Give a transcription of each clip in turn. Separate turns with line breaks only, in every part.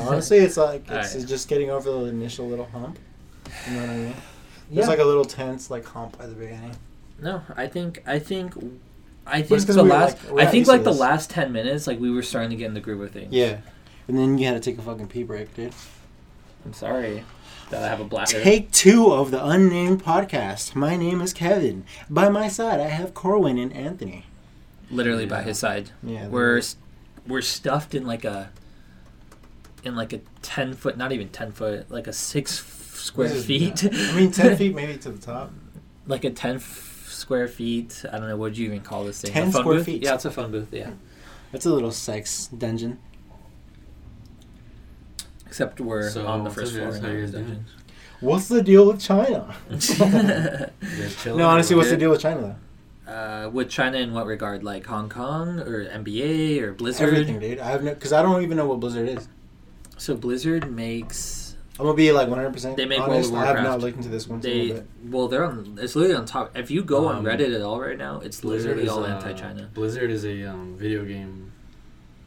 Honestly, it's like
All
it's
right.
just getting over the initial little hump. You know what I mean?
Yeah.
There's like a little tense like hump at the beginning.
No, I think I think I
Well, it's
think
'cause
the
we were,
last
like, we're
I
not
think
used to
like the
this.
last ten minutes, like we were starting to get in the groove of things.
Yeah. And then you had to take a fucking pee break, dude.
I'm sorry that I have a bladder.
Take two of the unnamed podcast. My name is Kevin. By my side, I have Corwin and Anthony.
Literally by his side.
Yeah.
We're s- we're stuffed in like a in like a ten foot, not even ten foot, like a six f- square
This is-
feet.
I mean, ten feet maybe to the top.
like a ten f- square feet. I don't know what do you even call this thing.
10
a phone
square
booth?
feet.
Yeah, it's a phone booth. Yeah,
That's a little sex dungeon.
except we're
So,
on the
what's
first
up,
floor.
guys?
and
How
not
you
in the
guys
dungeon.
What's the deal with China?
You guys chilling?
No, honestly,
Or
what's the
what?
deal with China though?
uh, with China in what regard? Like Hong Kong or NBA or Blizzard?
Everything, dude. I have no, because I don't even know what Blizzard is.
So Blizzard makes
I'm gonna be like 100. percent
They make World
honest.
of
I have
Warcraft.
not looked into this one single
they
bit.
well they're on it's literally on top. If you go on
Um,
Reddit at all right now, it's
Blizzard
literally
is
all
uh,
anti-China.
Blizzard is a um, video game.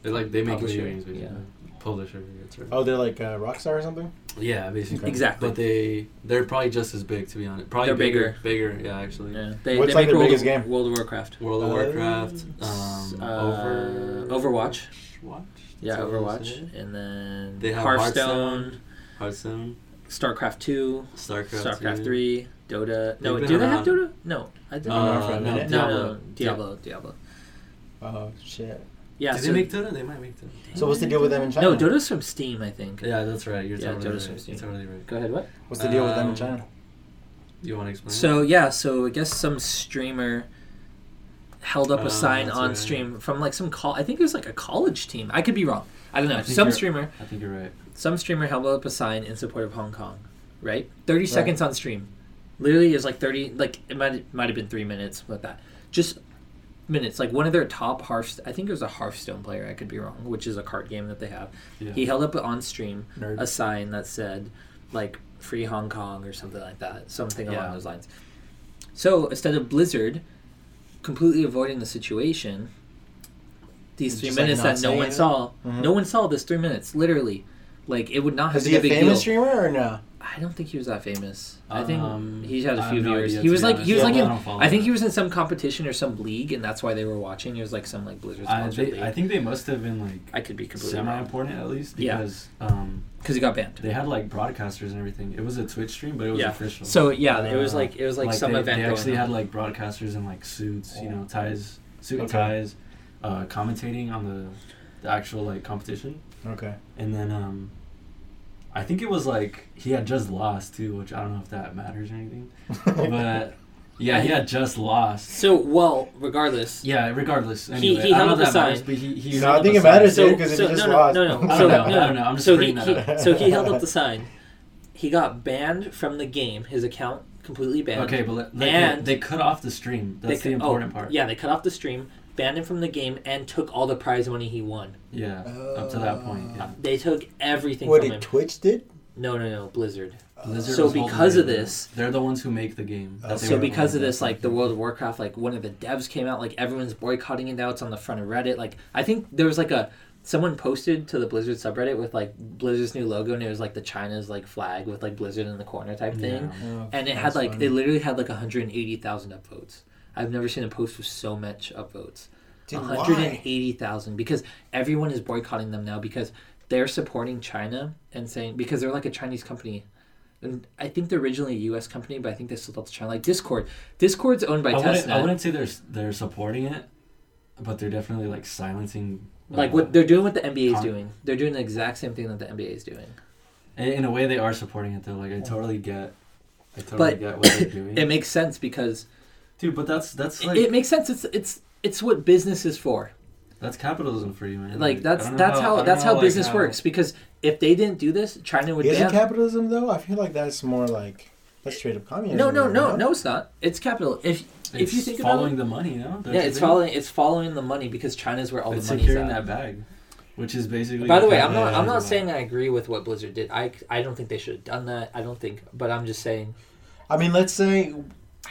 They like they make
Publisher,
video games, basically. Publisher. That's right.
Oh, they're like uh, Rockstar or something.
Yeah, basically.
Exactly.
But they they're probably just as big to be honest. Probably
They're
bigger. Bigger, yeah, actually.
Yeah, they,
What's like
they make
their
World
biggest
of,
game?
World of Warcraft.
World of
Uh,
Warcraft,
S-
um,
uh,
over
Overwatch.
Watch?
Yeah,
Is that what you
Overwatch,
say?
and then
They have
Hearthstone,
Hearthstone,
StarCraft Two,
StarCraft,
StarCraft
II.
Three, Dota. No,
They've been
do they have
around.
Dota? No, I don't.
Uh,
know.
for a
Uh, no,
minute.
no,
Diablo.
no, Diablo, Diablo.
Oh shit.
Yeah,
Did
so-
they make Dota? They might make Dota.
So what's the deal with them in China?
No, Dota's from Steam, I think.
Yeah, that's right. You're
Yeah,
totally
Dota's from
right.
Steam.
You're totally right.
Go ahead. What?
What's the deal with them in
Um,
China?
You want to explain?
So yeah, so I guess some streamer held up
Oh,
a sign
that's
on
right.
stream from like some call. I think it was like a college team. I could be wrong. I don't know.
I think
Some
you're-
streamer,
I think you're right.
some streamer held up a sign in support of Hong Kong. Right, thirty
Right.
seconds on stream. Literally, is like thirty. Like it might it might have been three minutes, but that just minutes. Like one of their top Hearth. I think it was a Hearthstone player. I could be wrong, which is a card game that they have.
Yeah.
He held up on stream
Nerd.
a sign that said like free Hong Kong or something like that, something along
Yeah.
those lines. So instead of Blizzard completely avoiding the situation, these
Just,
three
like,
minutes
not
that no
saying
one
it?
saw,
Mhm.
no one saw this three minutes literally. Like it would not have
Is
been
he
a
a
big
famous
deal.
streamer or no?
I don't think he was that famous. I think
Um,
he had a
I
few
have no
viewers.
idea,
he
to
was
be
like
honest.
he was
Yeah,
like
I
in,
don't follow
I think
that.
he was in some competition or some league, and that's why they were watching. He was like some like Blizzard
I,
sponsored
they,
league.
I think they must have been like
I could be completely
semi
wrong
important at least
Yeah.
because um,
because he got banned.
they had like broadcasters and everything. It was a Twitch stream, but it was
Yeah.
official.
So yeah, it was
Uh,
like it was like, some
they,
event.
They
going
actually
on.
had like broadcasters in like suits, you know, ties, suit and
Okay.
ties, uh, commentating on the, the actual like competition,
Okay.
and then um, I think it was like he had just lost too, which I don't know if that matters or anything, but yeah, he had just lost.
So well, regardless.
Yeah, regardless.
He-
Anyway,
he
I don't know
held
if
up
that
a
matters,
sign.
but he, he
No,
held
I
up
think
a
it
sign.
matters,
So,
dude, 'cause if
so-
he just
no, no,
lost-
no, no.
I
So,
don't know, I
no,
don't know, I'm just
so he,
bringing that
he-
up.
so he held up the sign. He got banned from the game. His account completely banned.
Okay, but let, they,
And-
they cut off the stream.
They
That's
cu-
the important
oh,
part.
Yeah, they cut off the stream, banned him from the game, and took all the prize money he won.
Yeah, up to that point. Yeah.
They took everything
What
from
did
him.
Twitch did?
no, no, no, Blizzard.
Blizzard
So
was holding
because of
it, yeah.
this-
they're the ones who make the game.
Oh.
That they
so
were
because of
holding
this,
back.
like the World of Warcraft, like one of the devs came out, like everyone's boycotting it now. It's on the front of Reddit. Like I think there was like a someone posted to the Blizzard subreddit with like Blizzard's new logo, and it was like the China's like flag with like Blizzard in the corner type thing.
Yeah.
Oh,
and it had like it literally had like 180,000 upvotes. I've never seen a post with so much upvotes.
Dude, why?
180,000 because everyone is boycotting them now because they're supporting China and saying because they're like a Chinese company. And I think they're originally a U.S. company, but I think they sold out to China. Like Discord, Discord's owned by
I wouldn't, I
Tesla.
wouldn't say they're s- they're supporting it, but they're definitely like silencing.
Like
uh,
what they're doing, what the NBA is
Con-
doing. They're doing the exact same thing that the NBA is doing.
in, in a way they are supporting it though. Like I totally get, I totally
But
get what they're doing,
It makes sense because
dude. But that's that's
it-
like
it makes sense. It's it's it's what business is for.
that's capitalism for you, man.
like
Mm, I
that's
don't know
that's
I
how,
don't
that's
know,
how
like, uh,
business
how-
works because if they didn't do this china would
Is it
ban
capitalism though? I feel like that's more like that's straight up communism.
no no
right
no
now.
no it's not it's capital if if you
It's
think about
following
it
the money, you know. Don't
yeah
you
it's
think?
following it's following the money because china's where all
It's
the money's
securing
at
that bag, which is basically.
by the way i'm
what
not i'm not
capitalism is
saying
about.
i agree with what blizzard did i i don't think they should have done that i don't think but i'm just saying
I mean, let's say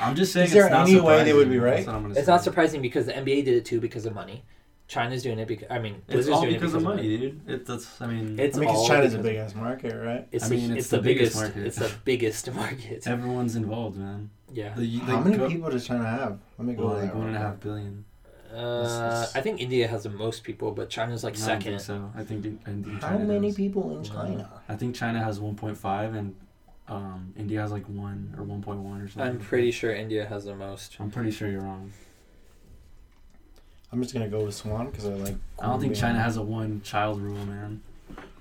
I'm just saying.
Is there
it's not
any way they would be
surprising.
right?
That's what I'm gonna
it's not
say.
surprising because the nba did it too because of money China's doing it because I mean
It's
Blizzard's
all
doing
because
it
of money, dude. It, that's I mean,
It's
I mean, 'cause
all
China's a
because-
big ass market, right?
It's
I
the-
mean, it's
it's
the
the, biggest.
biggest market.
It's the biggest market.
everyone's involved, man.
Yeah.
The, you-
How
they
many
go-
people does China have? Let me go.
Well,
to
like
that
one and a
real
half billion.
Uh,
This is-
I think India has the most people, but China's like
I don't think
second.
so. I think, the- I think
quick. How
China
many
does.
people in
No.
China?
I think China has 1.5 and um, India has like 1 or 1.1 or something.
I'm pretty sure India has the most.
I'm pretty sure you're wrong.
I'm just gonna go with Swan because I like.
I don't think
Korean.
China has a one child rule, man.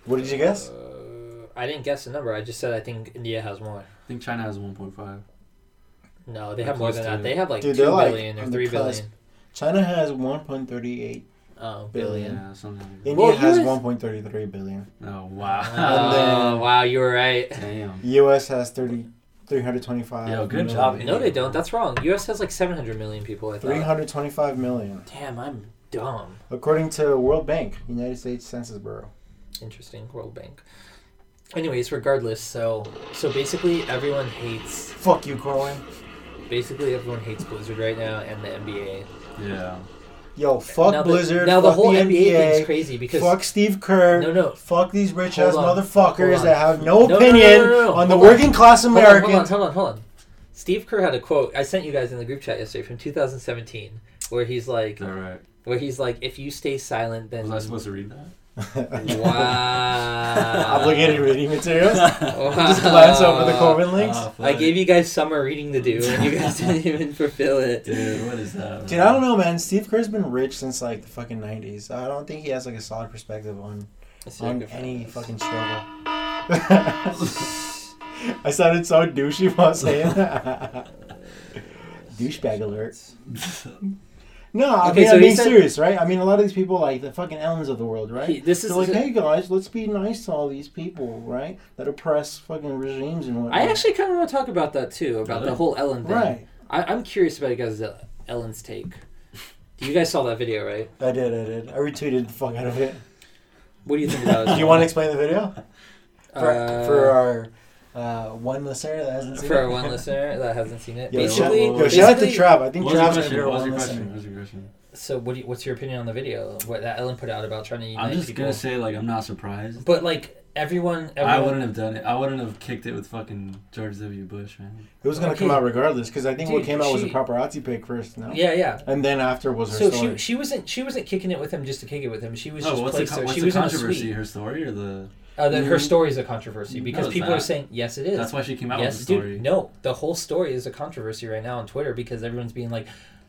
What did you guess?
Uh, I didn't guess the number. I just said I think India has more.
I think China has 1.5.
No, they
Or
have more
close
than
to
that.
it.
They have like two
Dude,
billion
they're, like, on
or
the
three billion.
cusp. China has 1.38.
Oh,
Billion.
billion.
Yeah, something like
India
Well,
has
US
1.33 billion.
that. Oh, wow.
And
Oh,
then-
wow, you were right.
Damn.
U.S. has 30, 325.
Yo, good
million.
job, India.
No, they don't. That's wrong. U.S. has like 700 million people. I thought.
325 million,
Damn, I'm dumb.
according to World Bank, United States Census Bureau.
Interesting. World Bank. Anyways, regardless, so so basically everyone hates
Fuck you, Corwin.
basically everyone hates Blizzard right now and the NBA.
Yeah.
Yo, fuck
now the,
Blizzard.
Now
fuck
the whole
the
NBA, thing's
NBA.
crazy because
fuck Steve Kerr.
no, no,
Fuck these rich
Hold
ass
on. Hold
motherfuckers
on.
that have no
No, no,
opinion
no, no, no, no.
on the
Hold on.
working class
Hold on, Hold on,
Americans.
hold on, hold on. Steve Kerr had a quote I sent you guys in the group chat yesterday from 2017, where he's like,
Is that right?
where he's like, if you stay silent, then
Was I supposed to read that?
wow,
Obligated reading materials.
Wow.
Just glance over the Corbin links.
Ah, fuck.
I gave you guys summer reading to do, and you guys didn't even fulfill it.
Dude, what is that?
Dude, I don't know, man. Steve Kerr's been rich since like the fucking '90s. I don't think he has like a solid perspective on
Let's see if I
on
can find
any
this.
fucking struggle. I sounded so douchey while saying that. Douchebag alert. No, I
Okay,
mean,
so
I'm
he
being
said-
serious, right? I mean, a lot of these people, like the fucking Ellens of the world, right?
He- this is
They're like, hey guys, let's be nice to all these people, right? That oppress fucking regimes and whatnot.
I actually kind of want to talk about that too, about the
Really?
whole Ellen thing.
right.
I, I'm curious about you guys' Ellen's take. You guys saw that video, right?
I did, I did. I retweeted the fuck out of it.
What do you think about it?
Do you want to explain the video for,
Uh,
for our uh, one listener that hasn't seen
for
it?
our one listener that hasn't seen it.
Yo,
basically,
shout, yo, shout out to
basically-
Trav. I
What
think
was your
Trav's gonna
question?
be our
What was
one
your
listener.
question? What was your question?
So, what do you, what's your opinion on the video? What that Ellen put out about trying to unite
I'm just
people?
gonna say, like, I'm not surprised.
But like everyone, everyone
I wouldn't have done it. I wouldn't have kicked it with fucking George W. Bush, man.
It was gonna
Okay.
come out regardless because I think what
Dude,
came out was a
she-
paparazzi pic first, no?
Yeah, yeah.
And then after was her
So
story.
she she wasn't she wasn't kicking it with him just to kick it with him. She was
No,
just
Oh, what's the,
placed
con-
there.
what's
She
the
was in a
controversy?
suite.
Her story or the?
Uh, then her
Mhm.
story is a controversy because
it's
people are
not.
saying yes, it is.
That's why she came out
yes,
with the story.
dude. No, the whole story is a controversy right now on Twitter because everyone's being like,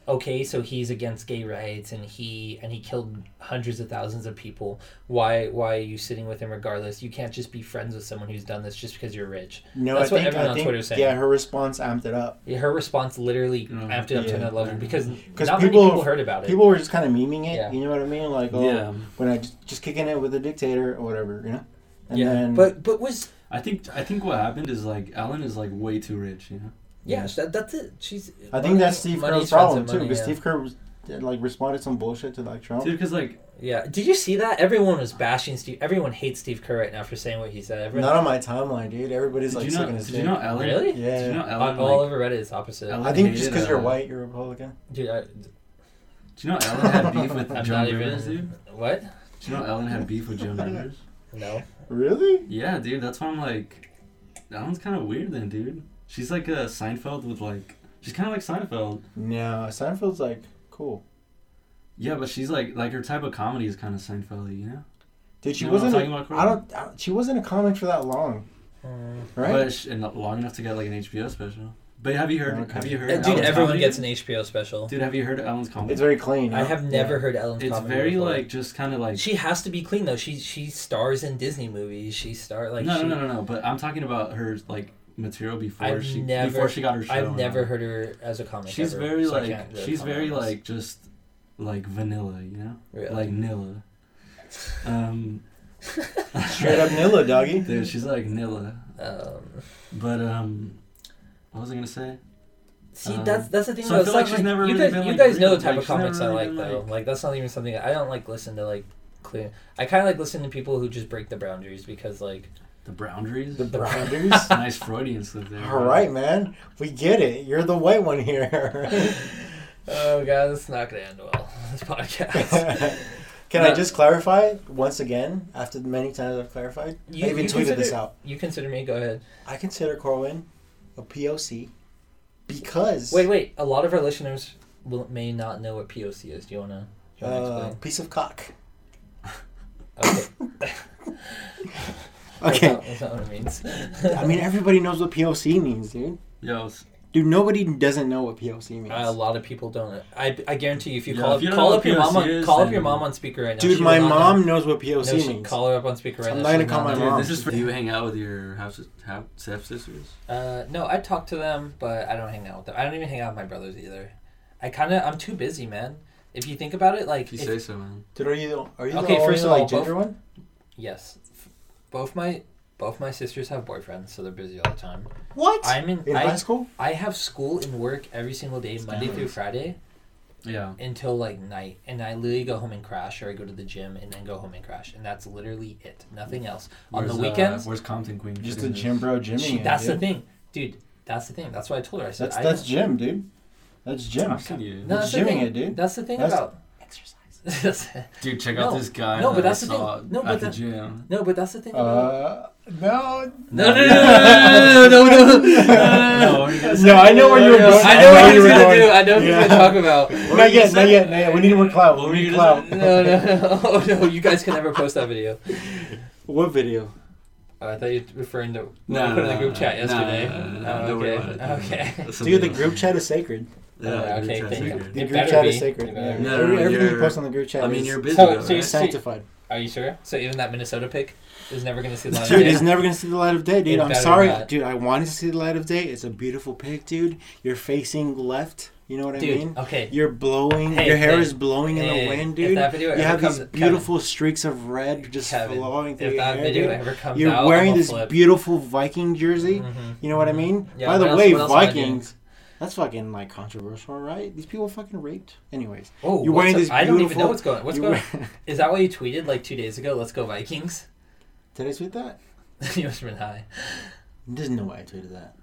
okay, so he's against gay rights and he and he killed hundreds of thousands of people. Why why are you sitting with him regardless? You can't just be friends with someone who's done this just because you're rich.
no,
that's
I
what
think,
everyone
I
on
think,
Twitter's saying.
Yeah, her response amped it up.
Her response literally
No.
amped it up to
Yeah.
another level because
Because
not
people-
many people heard about it.
People were just kind of memeing it.
Yeah.
You know what I mean? Like, oh,
Yeah,
when I just, just kicking it with a dictator or whatever, you know. And
yeah,
then,
but but was
I think I think what happened is like Ellen is like way too rich, you know.
yeah,
Yeah.
That, that's it. She's
I think that's Steve Kerr's problem too, because
yeah.
Steve Kerr was, did, like responded some bullshit to like Trump.
Dude, because like
Yeah, did you see that? Everyone was bashing Steve. Everyone hates Steve Kerr right now for saying what he said. Everyone
Not on my timeline, dude. Everybody's
did
like
you
sucking
know?
his
Did
dick.
you know Ellen?
really.
Yeah.
Did you know Ellen?
On- all
like-
over Reddit, it's opposite.
Ellen
I think
hated,
just because
uh,
you're white, you're Republican.
Dude, I,
Do you know Ellen had beef with
I'm
Joan
not even-
Rivers, dude?
what?
Do you know Ellen had beef with Joan Rivers?
No.
Really?
Yeah, dude. That's why I'm like, Ellen's kind of weird, then, dude. She's like a Seinfeld with like, she's kind of like Seinfeld.
No, Seinfeld's like cool.
Yeah, but she's like, like her type of comedy is kind of Seinfeld, you know.
Dude, she
You know what
wasn't.
I'm talking about, Corbin?
I don't. I don't- She wasn't a comic for that long, right?
But sh- and long enough to get like an HBO special. But have you heard?
Okay.
Have you heard?
Uh, Dude,
Ellen's
everyone
comedy?
gets an HBO special.
Dude, have you heard Ellen's comedy?
it's very clean.
I
huh?
have never heard Ellen's
It's
comedy
very
before.
like just kind of like
She has to be clean though. She she stars in Disney movies. She star like
no,
she,
no, no, no, no. But I'm talking about her like material before
I've
she
never-
before she got her show.
I've
and
never
all.
heard her as a comic.
She's
ever,
very
so I
like
can't really
she's
comment
very
on this.
like just like vanilla, you know,
Really.
like Nilla. Um,
Straight up Nilla, doggy.
dude, she's like Nilla.
Um,
But um, what was I gonna say?
see,
Um,
that's that's the thing.
so I
though. It's
feel like
not
she's never
you
really
guys,
been,
you
like,
guys know
real.
the type
Like,
of
she's never
comics I
really
like
been,
though. Like,
like-
that's not even something I don't like listen to like clear. I kind of like listen to people who just break the boundaries because like
The boundaries.
The
The-
Brownders.
nice Freudian slip there.
All right, man. We get it. You're the white one here.
oh god, it's not gonna end well. this podcast.
Can I
No.
just clarify once again after the many times I've clarified? I even tweeted
consider,
this out.
You consider me? Go ahead.
I consider Corwin a POC because
Wait, wait. A lot of our listeners will, may not know what POC is. Do you wanna? Do you wanna
uh, piece of cock.
explain? Okay. That's
Okay.
not, that's not what it means.
I mean, everybody knows what POC means, dude.
Yo, s-
Dude, nobody doesn't know what POC means.
a lot of people don't. I, I guarantee you, if you
Yeah,
call,
if you don't
call
know
up your
what
mom, on,
POC is,
call up your
then-
mom on speaker right now.
dude,
She
my
will not
mom
know.
knows what POC
No, she-
means.
call her up on speaker right
I'm
now.
not
She
gonna
will
call my
know.
dude,
mom.
this is for you. Hang out with your house half stepsisters.
Uh, no, I talk to them, but I don't hang out with them. I don't even hang out with my brothers either. I kind of, I'm too busy, man. If you think about it, like,
If you
if-
say so, man.
Dude, are you, are you
Okay,
the only,
first of all,
like, ginger
both-
one?
yes, f- both my both my sisters have boyfriends, so they're busy all the time.
What?
I'm in,
in high
I,
school?
I have school and work every single day, Monday through
nice.
Friday,
Yeah.
until like night, and I literally go home and crash, or I go to the gym and then go home and crash, and that's literally it. Nothing else. On
Where's,
the
uh,
weekends,
where's Compton Queen?
Just a
shooting
gym
this?
bro, Jimmy.
she,
yeah,
that's the
dude.
thing, dude. That's the thing. That's what I told her. I said
That's
I
that's Jim,
don't-
dude. That's Jim.
I've seen you.
No, that's the
Jimming
thing.
it, dude.
That's the thing
That's-
about.
Dude, check
No.
out this guy.
No, but
that I
that's the thing.
saw
No,
at
but
the
that-
gym.
No, but that's the thing. About,
Uh, no.
no, no, no, no, no, no, no, no, no, no.
No,
No, I know where you were going.
I know
Uh, I
what
know
he's
you were
gonna
going.
do. I know what he's
Yeah.
gonna talk about.
were
Not
you
yet, not
saying?
yet, not yet. We need more clout.
What
We
were
need
you
clout.
gonna
No, no, no. Oh no, you guys can never post that video.
What video?
Oh, I thought you were referring to
No,
we put it in the
no,
group
no,
chat
no, no,
yesterday.
no, no, no,
Oh,
don't worry
okay.
about it.
Okay.
That's
Dude, the
something
group
else.
chat is sacred.
Yeah,
Oh,
the
okay,
group
thank
chat's
you.
weird.
The
It
group
better
chat
be.
is sacred.
It
Yeah.
better be.
No,
Every-
no,
Everything you
you're-
post on the group chat
I mean,
is
you're busy.
So-
though,
so you're
right?
s-
sanctified.
Are you sure? So even that Minnesota pick is never gonna see the light. of
Dude,
day?
it's never gonna see the light of day, dude.
It
I'm
better
sorry,
not.
dude. I wanted to see the light of day. It's a beautiful pic, dude. You're facing left. You know what I mean?
Dude, okay.
You're blowing.
Hey,
your hair
hey,
is blowing in
hey,
the wind,
If
dude.
that video
You
ever
have
comes,
these beautiful streaks of red just
Kevin,
flowing
Kevin,
through
if
your
that
hair.
video
dude.
ever comes
You're
out,
wearing
I'm
this
flip.
beautiful Viking jersey.
Mhm.
You know what I mean?
Yeah,
By the
what else-
way,
what else am I doing?
Vikings. That's fucking like controversial, right? These people fucking raped. Anyways,
Oh,
You're
what's
wearing
up?
this
I don't even know
beautiful-
what's going. What's
you
going?
wear-
Is that why you tweeted like two days ago? Let's go Vikings.
did I tweet that?
you must have been high.
There's no way I tweeted that.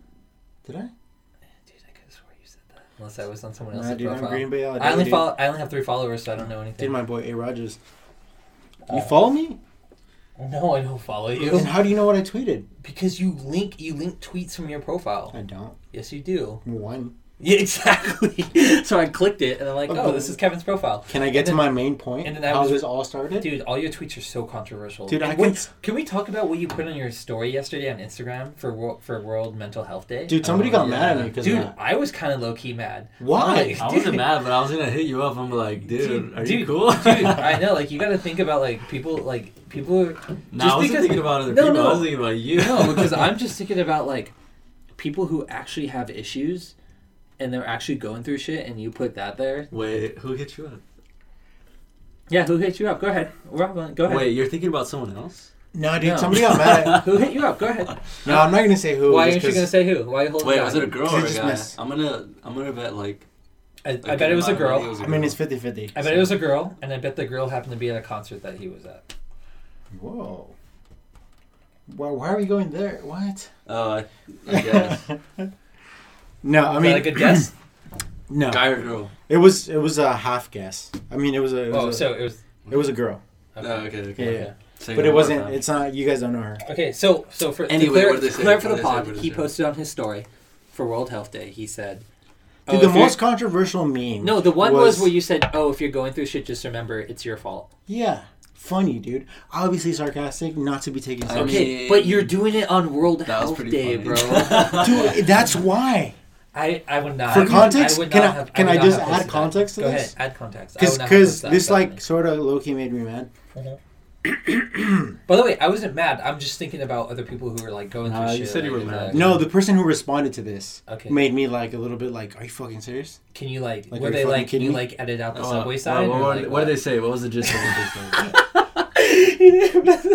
Did I?
Dude, I could have swore you said that. Unless I was on someone else's
Nah, dude, I'm
profile.
Green Bay all
I
day,
only
dude.
follow. I only have three followers, so I don't know anything.
Did my boy A Rogers. You
Uh,
follow me?
no, I don't follow you
And how do you know what I tweeted?
because you link you link tweets from your profile.
I don't.
Yes, you do.
One.
Yeah, exactly. so I clicked it, and I'm like, oh, this is Kevin's profile.
Can I get to
And
my main point?
and then I
how
was-
this all started?
Dude, all your tweets are so controversial.
Dude,
And
I
what-
can-
can we talk about what you put on your story yesterday on Instagram for Wo- for World Mental Health Day?
Dude, somebody got
yeah.
mad at me because
oh, Dude, I was kind of low key mad.
Why?
I wasn't mad, but I was gonna hit you up. I'm like, dude, are you
dude,
cool?
dude, I know. Like, you got to think about like people. Like, people. Are,
Nah, I wasn't
because-
thinking about other
No,
people.
no.
I was thinking about you.
no, because I'm just thinking about like people who actually have issues, and they're actually going through shit. And you put that there.
Wait, who hit you up?
Yeah, who hit you up? Go ahead, Rob. Go ahead.
Wait, you're thinking about someone else?
no, dude,
No.
somebody got mad. At,
Who hit you up? Go ahead.
no, I'm not gonna say who.
Why
just
aren't you
'cause-
gonna say who? Why are you holding
Wait,
back?
was it a girl
Did you
or a
just
guy?
miss?
I'm gonna, I'm gonna bet like.
I,
a
I bet it
good
was a
amount of money
girl.
I mean, it's 50-50.
I bet it was a girl, and I bet the girl happened to be at a concert that he was at.
Whoa. Why, why are we going there? What?
Oh, I, I guess.
No, I
Is
mean,
that a good guess?
no.
guy or girl?
It was it was a half guess. I mean, it was a it was,
Oh,
a,
so it was.
it was a girl,
Okay.
No, okay, okay.
Yeah,
okay.
Say
but it
more
wasn't.
time.
It's not. You guys don't know her.
Okay, so so for
Anyway,
to clear,
what did they say?
clear for the
What did they say?
pod,
What did
he
they say?
posted on his story for World Health Day. He said,
Dude,
"Oh,
the
if you're-
most controversial meme.
no, the one was,
was-
where you said, "Oh, if you're going through shit, just remember it's your fault."
Yeah, funny, dude. Obviously sarcastic, not to be taken
I
seriously.
Okay,
mean-
but you're doing it on World
That was
Health
pretty
Day,
funny.
bro.
Dude, that's why.
I, I would not.
For context,
I would
can
not
I-
have,
can
would
I
not
just
have
add
posted that.
context to
Go
this?
ahead, add context. I would
Because
not have
because
posted that,
this like
definitely.
sort of low key made me mad.
By the way, I wasn't mad. I'm just thinking about other people who were like going through
Nah,
shit.
you said you
like,
were
uh,
mad.
No, the person who responded to this
Okay.
made me like a little bit like, are you fucking serious?
Can you like,
Like, are
were
you
they
fucking
like can
kidding
you
me?
like edit out the
Oh,
subway
what-
sign?
What,
or,
what-
like,
what did they say? What was the gist of what they said?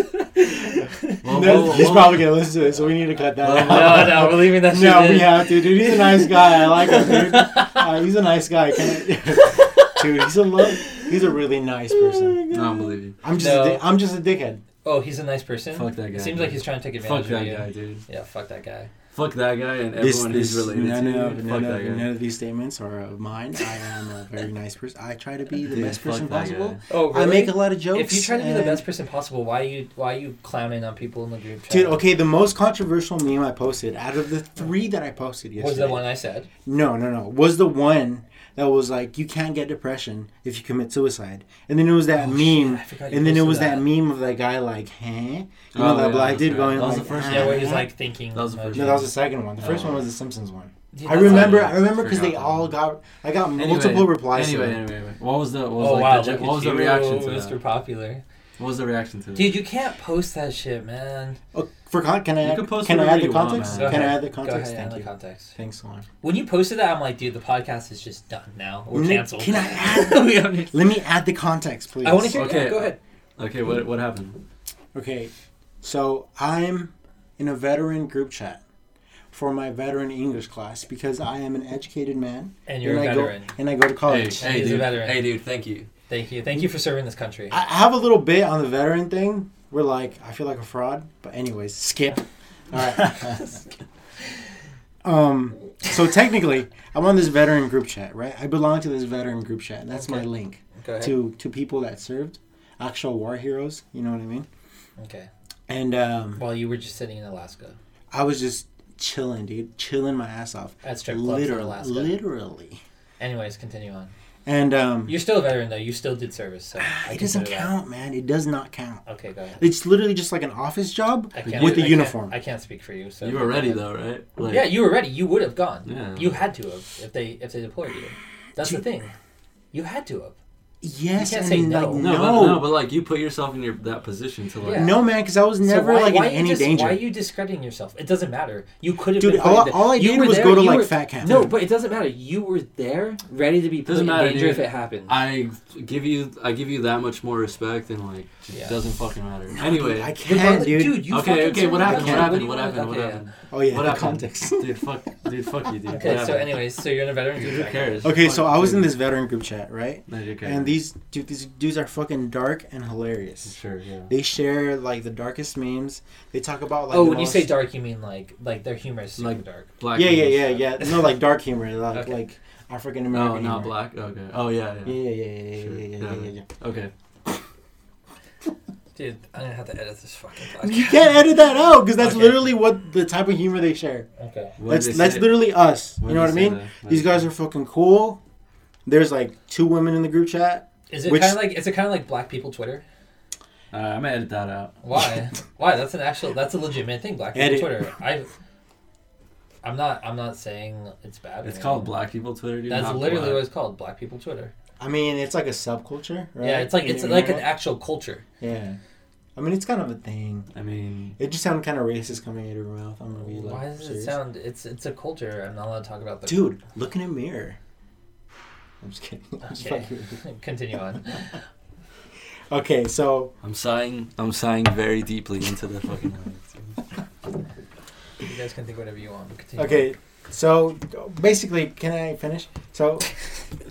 Well,
That's-
well,
he's
well-
probably gonna listen to it, so we need to cut that.
Well,
out.
no, no, we're leaving that shit.
No,
in.
we have to, dude. He's a nice guy. I like him, dude. Uh, he's a nice guy. Can I- dude, he's a lo- he's a really nice person.
I don't believe you.
I'm just
No.
a di- I'm just a dickhead.
Oh, he's a nice person.
Fuck that guy.
Seems like he's trying to take
Fuck
advantage
that
of you.
guy, dude.
Yeah, fuck that guy.
Fuck that guy and
This-
everyone
this-
who's related
none
to
of,
you. Fuck
none,
that
of,
guy.
none of these statements are of mine. I am a very nice person. I try to be the
Dude,
best
fuck
person
that guy.
possible.
Oh,
I make a lot of jokes.
If you try to be the
and-
best person possible, why you why you clowning on people in the group chat?
Dude, okay, the most controversial meme I posted out of the three that I posted yesterday.
was the one I said.
No, no, no. Was the one that was like, you can't get depression if you commit suicide. And then it was that
Oh, shit,
meme.
I forgot you
and then it
posted
was that.
that.
meme of that guy like, huh? You know,
Oh,
that
yeah,
black
that's
dude
right.
going
That was
like,
the first one.
Yeah, where he's
"Huh?"
like thinking.
That was the first
No, that was the second one. The first
Oh.
one was the Simpsons one.
Dude,
I
that's
remember.
not
I
it.
remember because they
Forgot that
all
one.
got. I got
Anyway,
multiple replies.
Anyway,
to it.
anyway, anyway. What was the what
Oh
was, like,
wow!
the,
look
what was
at
the
you,
reaction to
Mr.
that?
Popular?
What was the reaction to
Dude, you can't post that shit, man.
Oh, for con- can I?
You
add,
can post
can I
whatever
add the
you want,
context?
man.
Go
can I
ahead.
add the
Go ahead,
context?
add
Thank
the
you.
context.
Thanks, Lauren.
When you posted that, I'm like, dude, the podcast is just done now. We're
Nick,
canceled.
can I add-
We don't need-
Let me add the context, please.
I want to hear.
Okay.
yeah, go ahead.
that? Okay, what what happened?
Okay, so I'm in a veteran group chat for my veteran English class because I am an educated man
And you're a
I
veteran.
Go, and I go to
Oh,
college.
hey, He's a dude. veteran. Hey,
dude, thank you.
Thank you. Thank you for serving this country.
I I have a little bit on the veteran thing. We're like, I feel like a fraud, but anyways, skip. All right. um. So technically, I'm on this veteran group chat, right? I belong to this veteran group chat. That's my
Okay.
link
go ahead.
to to people that served, actual war heroes. You know what I mean?
Okay.
And um,
While you were just sitting in Alaska
I was just chilling, dude, chilling my ass off.
at strip clubs in
Literally,
Alaska.
literally.
Anyways, continue on.
And um,
You're still a veteran though. You still did service. So I
Ah, it doesn't
consider that.
count, man. It does not count.
Okay, go ahead.
It's literally just like an office job
I
with a
I
uniform.
I can't speak for you. So
You were ready though, right? Like,
yeah, you were ready. You would have gone.
Yeah.
You had to have if they if they deployed you. That's the thing. You had to have.
Yes,
You can't
and
say
like,
no.
no,
No, But, no, but like you put yourself in your that position to like.
Yeah.
No, man, because I was
So
never
why-
like
why
in
you
any
just-
danger.
Why are you discrediting yourself? It doesn't matter. You could have
Dude,
been put
all-
in the-
all I
you
did
were
was
there,
go to,
you
like,
were-
fat camp.
No, but it doesn't matter. You were there, ready to be put
Doesn't
in
matter,
danger if
dude.
it happened.
I give you I give you that much more respect and like just
Yeah.
doesn't fucking matter.
Dude,
Anyway.
I can't,
Regardless-
dude.
you
okay,
fucking
okay, what
said
happened?
that.
What happened?
do you want? Okay,
What happened? What
yeah.
happened?
Oh yeah,
What
the
happened?
context.
Dude, fuck dude, fuck you, dude.
Okay,
What
so
happened?
anyways, so you're in a veteran
Dude, who
group.
cares?
okay, so
Fuck,
I was in
dude.
this veteran group chat, right?
No, you
And these dude, these dudes are fucking dark and hilarious.
Sure, yeah.
They share like the darkest memes. They talk about like.
Oh,
the
when you
most-
say dark, you mean like like their humor is super
Like-
dark.
Black.
yeah, yeah,
memes.
yeah, yeah. No, like dark humor, like
Okay.
like African
Oh, No,
American.
not
humor.
black. Okay. Oh yeah,
Yeah,
yeah.
yeah, yeah, yeah,
Sure.
yeah, yeah,
Yeah.
yeah, yeah,
Okay.
Dude, I'm gonna have to edit this
yeah.
fucking
You can't edit that out because that's
Okay.
literally what the type of humor they share.
Okay.
What
That's
did they
that's
say?
literally us. you
What did
know what I
they say
mean?
though?
These guys are fucking cool. There's like two women in the group chat.
Is it
Which-
kind of like is it kind of like black people Twitter?
Uh, I'm gonna edit that out.
Why? Why? That's an actual. That's a legitimate thing. Black people
Edit.
Twitter. I. I'm not. I'm not saying it's bad. or
It's called
anything.
Black People Twitter, dude.
That's
not
literally what
black.
it's called. Black people Twitter.
I mean, it's like a subculture, right?
Yeah, it's like
In
it's
the
like an
internet.
actual culture.
yeah. I mean, it's kind of a thing.
I mean,
It just sounded kind of racist coming out of your mouth. I'm gonna be like,
Why does
serious.
it sound? It's it's a culture. I'm not allowed to talk about the.
Dude, look in a mirror. I'm just kidding. I'm just
Okay.
fucking-
Continue on.
okay, so
I'm sighing. I'm sighing very deeply into the fucking. audience.
You guys can think whatever you want. But continue
Okay, so basically, can I finish? So,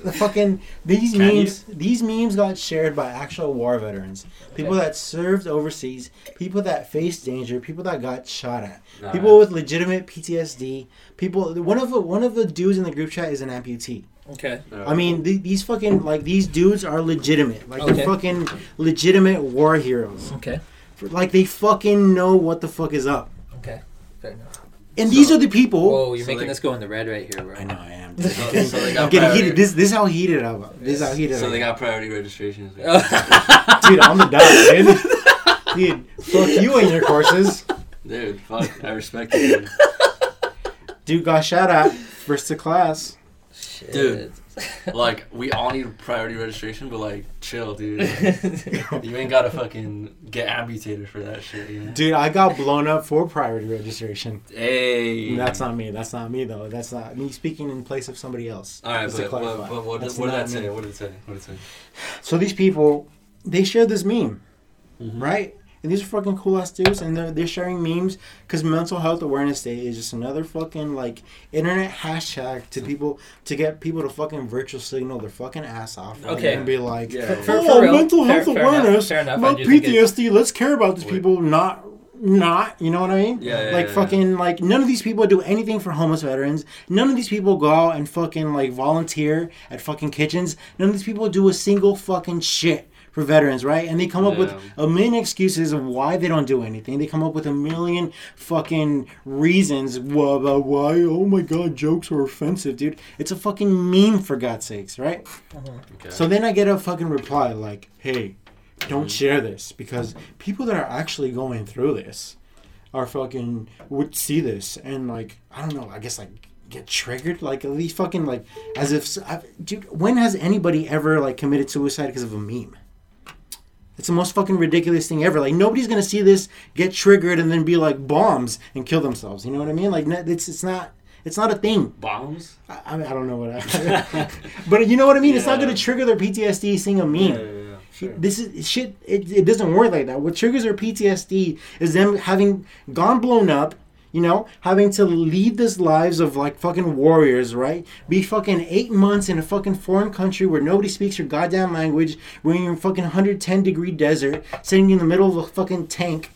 the fucking these
Can you?
memes, these memes got shared by actual war veterans, people
Okay.
that served overseas, people that faced danger, people that got shot at,
Nah.
people with legitimate PTSD, people. One of the, one of the dudes in the group chat is an amputee.
On. Okay.
Uh,
I mean, th- these fucking like these dudes are legitimate, like
Okay.
they're fucking legitimate war heroes.
Okay.
Like they fucking know what the fuck is up,
Okay. Fair enough.
and these
So-
are the people.
Whoa, you're
So
making
they-
this go in the red right here, bro.
I know I am.
So-
so they got
I'm getting
priority.
heated. This this is how heated I am. This is how heated
so
I
they
am.
got priority registration.
Dude, I'm the dog, dude. Dude, fuck you and your courses.
Dude, fuck. I respect you. dude.
Dude got shot at first to class.
Shit.
Dude. Like, we all need priority registration, but like, chill, dude. You ain't gotta fucking get amputated for that shit. You know?
Dude, I got blown up for priority registration.
Hey.
That's not me. That's not me though. That's not me speaking in place of somebody else.
All right,
Just to
but, but,
clarify.
but what, did,
That's
what did
not
that
me.
say? What did it say? What did it say?
So these people, they shared this meme,
Mm-hmm.
Mhm.
right? And these are fucking cool ass dudes, and they're, they're sharing memes because Mental Health Awareness Day is just another fucking like internet hashtag to people to get people to fucking virtual signal their fucking ass off. right?
Okay.
and be like,
Yeah.
For-
oh,
for real.
mental
Fair-
health
fair enough,
awareness,
fair enough. I
about
do think it-
PTSD. Let's care about these
Wait.
people, not not. You know what I mean?
Yeah, yeah,
like
yeah,
fucking like none of these people do anything for homeless veterans. None of these people go out and fucking like volunteer at fucking kitchens. None of these people do a single fucking shit for veterans, right? And they come up with
Yeah.
a million excuses of why they don't do anything. They come up with a million fucking reasons wh- about why. Oh my god, jokes are offensive, dude. It's a fucking meme for God's sakes, right?
Okay. Mm-hmm.
So then I get a fucking reply like, "Hey, don't share this because people that are actually going through this are fucking would see this and like I don't know. I guess like get triggered like at least fucking like as if I, dude. When has anybody ever like committed suicide because of a meme? It's the most fucking ridiculous thing ever. Like nobody's gonna see this, get triggered, and then be like bombs and kill themselves. You know what I mean? Like n- it's it's not it's not a thing.
bombs.
I, I mean, I don't know what I. but you know what I mean? It's not
Yeah.
going to trigger their PTSD seeing a meme.
yeah.
This is shit. It, it doesn't work like that. What triggers their PTSD is them having gone blown up, you know, having to lead this lives of like fucking warriors, right? Be fucking eight months in a fucking foreign country where nobody speaks your goddamn language, where you're in fucking 110 degree desert, sitting in the middle of a fucking tank.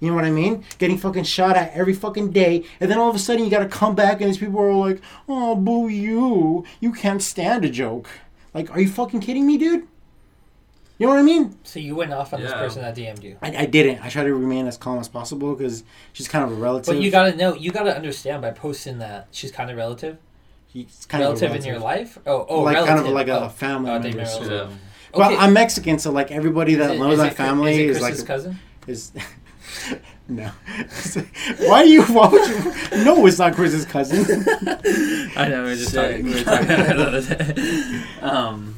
You know what I mean? Getting fucking shot at every fucking day, and then all of a sudden you gotta come back, and these people are like, "Oh, boo you! You can't stand a joke." Like, are you fucking kidding me, dude? You know what I mean?
So you went off on this
Yeah.
person that DM'd you.
I, I didn't. I try to remain as calm as possible because she's kind of a relative.
But you gotta know, you gotta understand by posting that she's kind of relative,
He's kind
relative,
of a
in your life. Oh, oh,
like
relative.
kind of like a
oh.
family
Oh, I think
member.
they're
so-
relative.
Yeah.
But
Okay.
I'm Mexican, so like everybody that
Is-
knows
is
my
it Chris-
family
is,
is,
it
like
Chris's cousin.
is. no. why do you? Why would you? No, it's not Chris's cousin.
I know we we're just
Sick.
talking. We were talking about that. um,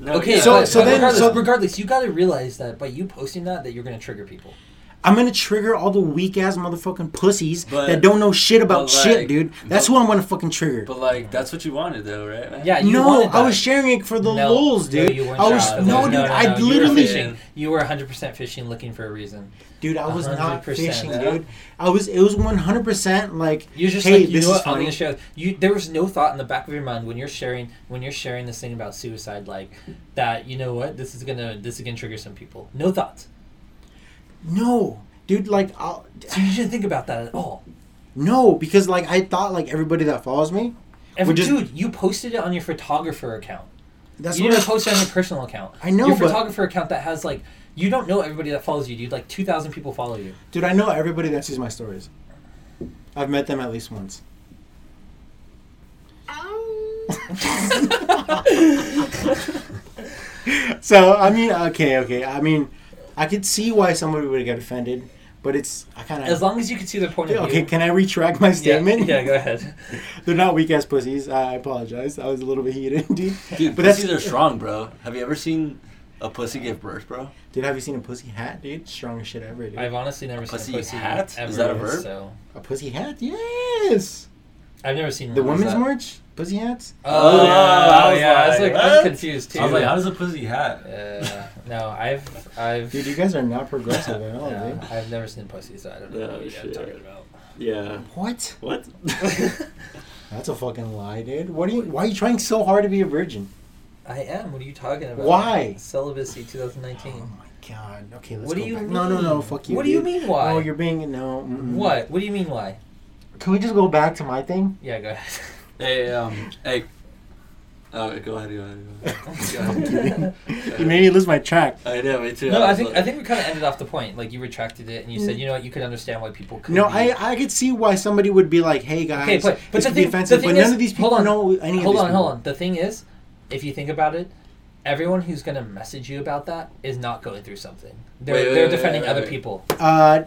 No,
Okay,
yeah,
so-
but,
so
but
then-
Oh, regardless,
so-
regardless, you gotta realize that by you posting that, that you're gonna trigger people.
I'm gonna trigger all the weak ass motherfucking pussies
But-
that don't know shit about
but, like,
shit, dude. That's
but-
who I'm gonna fucking trigger.
but like that's what you wanted though, right? man?
Yeah, you
no,
wanted that.
I was sharing it for the
No,
lulz, dude.
No, you weren't
I was
shy.
shy.
no,
No,
dude.
no,
I
you were
literally,
fishing. you were 100% fishing, looking for a reason.
dude, I was not
100%,
fishing,
yeah.
dude. I was, it was 100 percent like,
You're just
hey,
like you
this
know
is
what, on
funny.
the show. You there was no thought in the back of your mind when you're sharing when you're sharing this thing about suicide, like that. You know what? This is gonna this is gonna trigger some people. No thoughts.
no, dude, like, I'll,
So you didn't think about that at all.
no, because like I thought like everybody that follows me,
And
We're just-
dude, you posted it on your photographer account.
that's
you
what I,
didn't post it on your personal account.
I know,
your
but-
photographer account that has like you don't know everybody that follows you, dude. Like two thousand people follow you.
dude. I know everybody that sees my stories. I've met them at least once.
Um.
So I mean, okay, okay. I mean, I could see why somebody would get offended, but it's I kind
As
of
long as you can see their point of view.
okay. Can I retract my
Yeah,
statement?
Yeah, go ahead.
They're not weak ass pussies. I apologize. I was a little bit heated, dude.
Dude,
But
but
that's-
pussies are strong, bro. Have you ever seen a pussy give birth, bro?
Dude, have you seen a pussy hat, dude? Strongest shit ever, dude.
I've honestly never seen
Pussy
a pussy
hat?
Ever,
Is that a verb?
So
A pussy hat? Yes.
I've never seen
The
one.
women's
that?
march? Pussy hats?
Oh,
Oh,
yeah, I was,
yeah,
I was like,
what?
I'm confused too.
I was like, how does a pussy hat?
uh, no, I've, I've,
Dude, you eh? guys are not progressive at all,
no,
dude.
I've never seen pussy, so I don't know
Oh,
what you're
shit.
talking about.
Yeah.
What?
What?
That's a fucking lie, dude. What are you? Why are you trying so hard to be a virgin?
I am. What are you talking about?
Why?
Celibacy
Oh
2019.
my god. Okay, let's
What do
go
you
back. No, no, no.
mean?
Fuck you.
What do you
dude.
mean, why?
No, you're being no. mm-mm.
What? What do you mean? Why?
Can we just go back to my thing?
Yeah, go ahead.
hey, um, hey. Oh, go ahead, go ahead, go ahead. Go
I'm
ahead.
kidding. you made me lose my track.
I know, me too.
no, I
was
think
like-
I think we kind of ended off the point. Like you retracted it, and you said, you know what, you could understand why people. could
Mm. No,
be-
I I could see why somebody would be like, "Hey guys,
Okay, but- but
this
the
could
thing-
be offensive,"
the
but
thing
none
is-
of these people
hold on.
know any of
Hold
these
on,
people.
hold on. The thing is, if you think about it, everyone who's gonna message you about that is not going through something. They're
Wait, wait,
they're
wait,
defending
wait,
other
wait.
people.
Uh,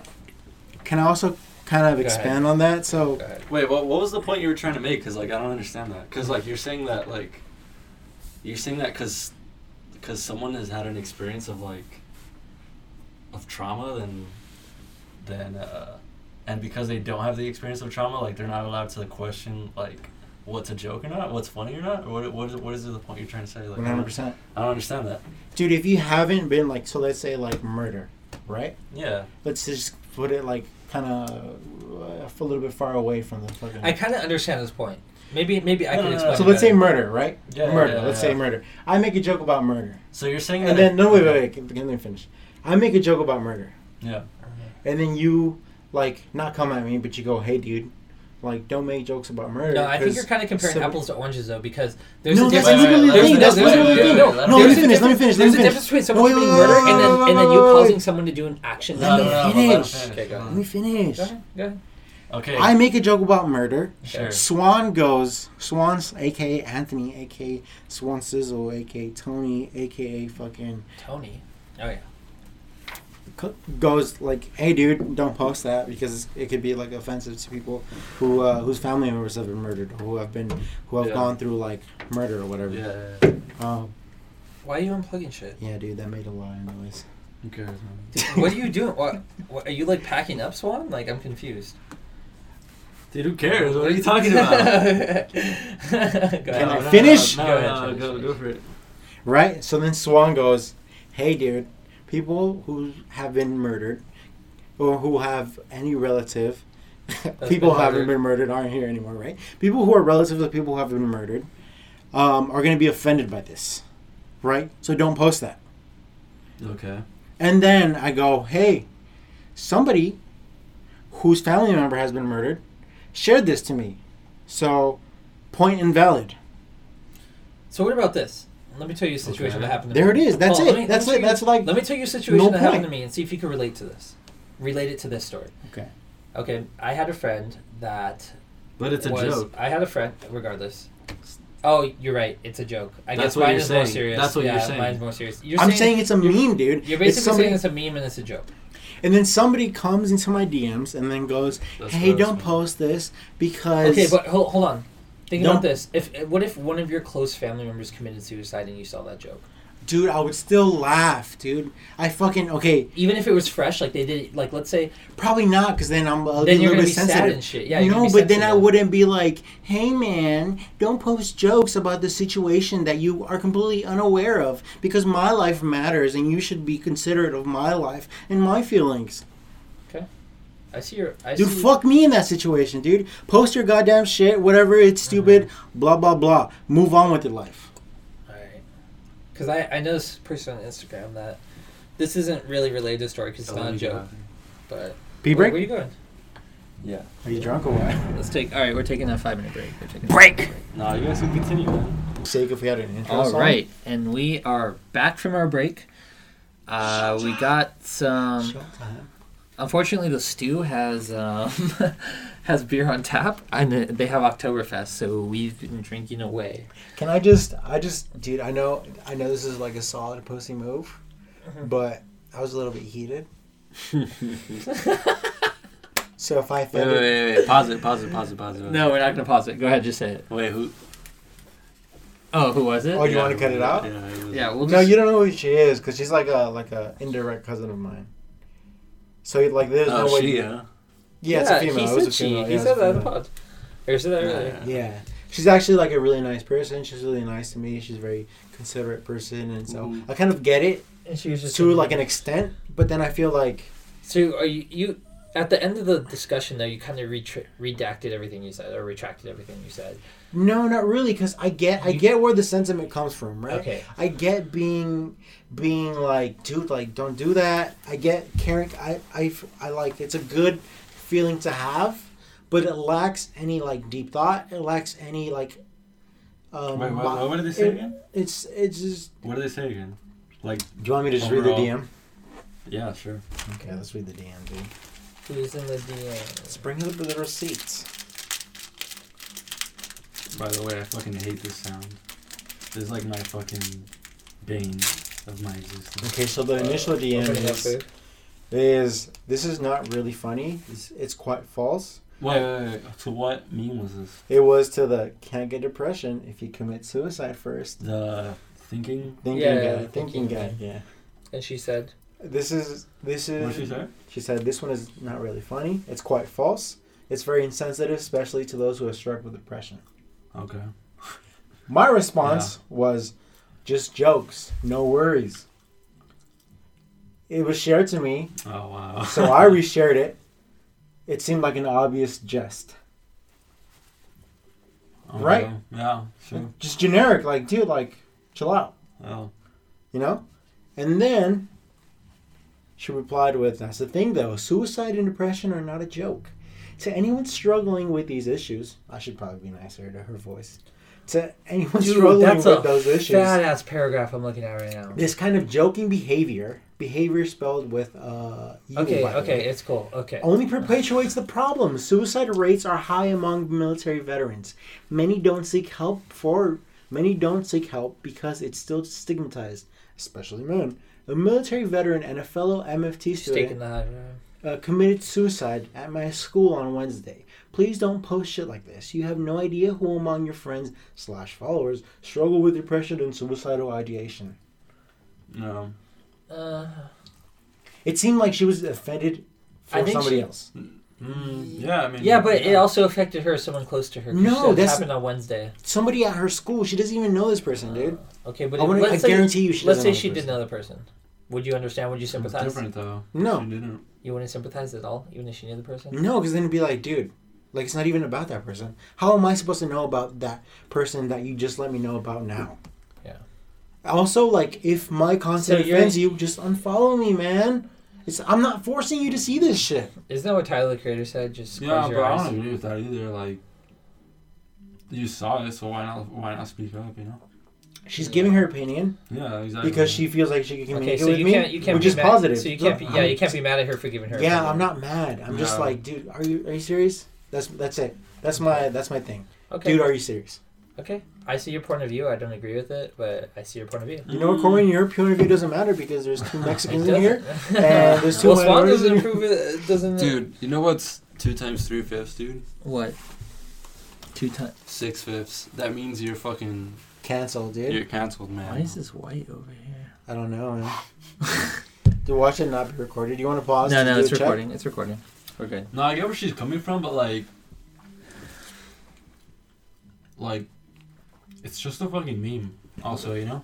can I also kind of
Go ahead.
expand on that? So,
Go ahead.
Wait, what, what was the point you were trying to make? Because, like, I don't understand that. Because, like, you're saying that, like, you're saying that because because someone has had an experience of, like, of trauma, then, then, uh, and because they don't have the experience of trauma, like, they're not allowed to question, like, what's a joke or not, what's funny or not, or what, what, is, what is the point you're trying to say? Like,
one
I
hundred
don't,
percent,
I don't understand that.
dude. If you haven't been like, so let's say like murder, right?
Yeah.
Let's just put it like kind of a little bit far away from the fucking.
I kind of understand his point. Maybe maybe I
No,
can
no, no,
explain.
so let's say
better.
murder, right?
Yeah,
murder.
yeah,
let's
yeah.
say murder. I make a joke about murder,
So you're saying that.
and then no, wait, wait, wait. Can, can let me finish. I make a joke about murder.
Yeah.
and then you like not come at me, but you go, "Hey, dude, like don't make jokes about murder."
No, I think
'cause
you're kind of comparing
some-
apples to oranges though, because there's
no,
a
that's
difference.
literally the
there's
thing.
a-
That's
there's a-
literally the thing.
no, no,
No, let
there's
me
a
finish. Let me finish. Let
difference- There's
me
a
finish.
difference between someone
Wait,
committing
wait, wait,
murder
wait,
and then and then
wait,
you
wait,
causing
wait.
someone to do an action.
No,
that
no,
they-
no. finish.
Okay, go
Come
Let me
on.
finish.
Go ahead, go ahead.
Okay.
I make a joke about murder.
sure.
Swan goes. Swan's, aka Anthony, aka Swan Sizzle, aka Tony, aka fucking
Tony. Oh yeah.
c- goes like, "Hey, dude, don't post that because it could be like offensive to people who uh, whose family members have been murdered, who have been who have
Yeah.
gone through like murder or whatever."
Yeah. yeah,
Um,
Why are you unplugging shit?
yeah, dude, that made a lot of noise.
yeah. Who cares, man?
what are you doing? What, what are you like packing up, Swan? Like I'm confused.
Dude, who cares? What are you talking about?
Go
Can I
ahead.
finish?
No,
Go
no,
ahead,
no,
finish,
go,
finish.
go for it.
Right? So then Swan goes, Hey, dude, people who have been murdered or who have any relative, people who
been
haven't
murdered.
been murdered aren't here anymore, right? People who are relatives of people who have been murdered um, are going to be offended by this, right? So don't post that.
Okay.
And then I go, Hey, somebody whose family member has been murdered shared this to me. So point invalid.
So what about this? Let me tell you a situation
Okay.
that happened. To
There it
me.
is. That's
Hold
it.
on, let me-
That's
let me
it.
tell you-
That's like-
Let me tell you a situation
No
that happened to
point.
me and see if you can relate to this. Relate it to this story.
Okay.
Okay, I had a friend that
But it's a
was,
joke.
I had a friend, regardless. Oh, you're right. It's a joke. I
That's
guess
what
mine
you're
is more
saying.
serious.
That's what
yeah,
you're saying.
Mine's more serious. You're
I'm saying it's a meme, dude.
You're
It's
basically
somebody-
saying it's a meme and it's a joke.
And then somebody comes into my DMs and then goes,
That's
"Hey,
gross,
don't
man.
post this because."
Okay, but hold, hold on. Think
No.
about this. If what if one of your close family members committed suicide and you saw that joke?
dude, I would still laugh, dude. I fucking okay,
Even if it was fresh, like they did, like let's say
probably not because then I'm a
then
little
you're gonna
bit
be sad
sensitive.
and shit. Yeah, you're
no,
gonna be
but then I
sensitive.
wouldn't be like, "Hey, man, don't post jokes about the situation that you are completely unaware of because my life matters and you should be considerate of my life and my feelings."
I see your. I
Dude,
see,
fuck me in that situation, dude. Post your goddamn shit, whatever. It's stupid. Blah blah blah. Move on with your life.
Alright. Because I, I know this person on Instagram that this isn't really related to the story because it's
I'll
not a
leave it
joke.
out
But
Pee
where,
break.
where you going?
Are you drunk or what?
Let's take. All right, we're taking a five minute break. We're taking a
Break!
break.
there. Nah, you guys can continue, man.
sake if we had an intro
All
song.
right, and we are back from our break. Uh, we got some. Unfortunately, the stew has um, has beer on tap, and they have Oktoberfest, so we've been drinking away.
Can I just I just dude, I know I know this is like a solid pussy move,
Mm-hmm.
but I was a little bit heated. so if I offended
wait, wait.
Pause it, pause it, pause it, pause it.
No, we're not gonna pause it. Go ahead, just say it.
Wait, who?
Oh, who was it?
Oh, you wanna cut it out?
Yeah, it was-
yeah, we'll just,
No, you don't know who she is cuz she's like a like a indirect cousin of mine. So like there's
Oh,
no way
she,
yeah.
huh?
it's a
He
female. It
said
was a
she.
female.
he
yeah, it
said
was a
that in the
female.
pod. Or said that
Nah,
earlier.
yeah.
Yeah. She's actually like a really nice person. She's really nice to me. She's a very considerate person and so
Mhm.
Mm-hmm.
I kind of get it
And she was just
to like an extent, but then I feel like
So are you you? At the end of the discussion, though, you kind of retri- redacted everything you said or retracted everything you said.
No, not really, because I get I get where the sentiment comes from, right?
Okay.
I get being being like, dude, like don't do that. I get caring. I I I like it's a good feeling to have, but it lacks any like deep thought. It lacks any like. Um,
Wait,
mo-
what, what did they say
it-
again?
It's it's just.
What did they say again? Like,
Do you want me to
just read the Overall.
DM?
yeah, sure.
Okay, let's read the DM, dude.
Who's in the DM?
Let's bring up the receipts.
By the way, I fucking hate this sound. This is like my fucking bane of my existence.
Okay, so the initial DM
Opening up
is,
food.
is this is not really funny. It's, it's quite false.
Wait, wait, wait. So what meme was this?
It was to the can't get depression if you commit suicide first.
The thinking.
Thinking
Yeah,
guy,
yeah,
thinking,
thinking
guy.
guy.
Yeah.
And she said,
This is this
What she
is.
say?
She said this one is not really funny. It's quite false. It's very insensitive, especially to those who are struck with depression.
Okay.
My response was just jokes, no worries. It was shared to me,
Oh wow.
so I reshared it. It seemed like an obvious jest.
Oh,
Uh-huh. right?
wow. Yeah. Sure.
Just generic, like, dude, like, chill out.
Oh.
you know and then She replied with, That's the thing though, suicide and depression are not a joke. To anyone struggling with these issues, I should probably be nicer to her voice. To anyone struggling
that's
with
a
those issues,
Badass paragraph I'm looking at right now.
this kind of joking behavior, behavior spelled with uh, U,
Okay,
by the way,
okay, it's cool. Okay.
only perpetuates the problem. Suicide rates are high among military veterans. Many don't seek help for many don't seek help because it's still stigmatized, especially men. A military veteran and a fellow MFT
She's
student
taking the high
uh, committed suicide at my school on Wednesday. Please don't post shit like this. You have no idea who among your friends slash followers struggle with depression and suicidal ideation.
No.
Uh,
It seemed like she was offended
I
for
think
somebody
she-
else.
Mm, yeah, I mean.
yeah, but it also affected her, someone close to her. 'cause
No,
that
that's-
happened on Wednesday.
Somebody at her school. She doesn't even know this person, dude.
Okay, but
I wanna-
let's
I
say,
guarantee you she
Let's say
doesn't know
she
the
did know the person. Would you understand? Would you
It's
sympathize?
different though.
No.
She didn't.
You wouldn't sympathize at all, even if she knew the person.
No, because then it'd be like, dude, like it's not even about that person. How am I supposed to know about that person that you just let me know about now?
Yeah.
Also, like, if my content
So you're-
offends you, just unfollow me, man. It's I'm not forcing you to see this shit.
Isn't that what Tyler the Creator said? Just
Yeah,
close
but
your
I
eyes.
don't agree with that either. Like, you saw it, so why not? Why not speak up? You know.
She's giving her opinion
Yeah, exactly.
because she feels like she can communicate
Okay, so
with
you
me,
can't you can't
which
be
is
mad,
positive.
So you can't be
Look,
yeah
I'm-
you can't be mad at her for giving her.
Yeah,
opinion.
I'm not mad. I'm just
No.
like, dude, are you are you serious? That's that's it. That's my that's my thing.
Okay.
Dude, are you serious?
Okay. I see your point of view. I don't agree with it, but I see your point of view.
You know what, Corwin? Your point of view doesn't matter because there's two Mexicans in here.
doesn't.
and there's two
well, Swan
minorities
doesn't
in-
approve it. Doesn't
Dude, you know what's two times three fifths, dude?
What? Two times.
Six fifths. That means you're fucking.
Cancel, dude.
You're canceled, man.
Why is this white over here?
I don't know, man. to watch it not be recorded, you want to pause?
No,
to
no,
do
it's
a check?
recording. It's recording. We're good.
No, I get where she's coming from, but like, like, it's just a fucking meme. Also, you know.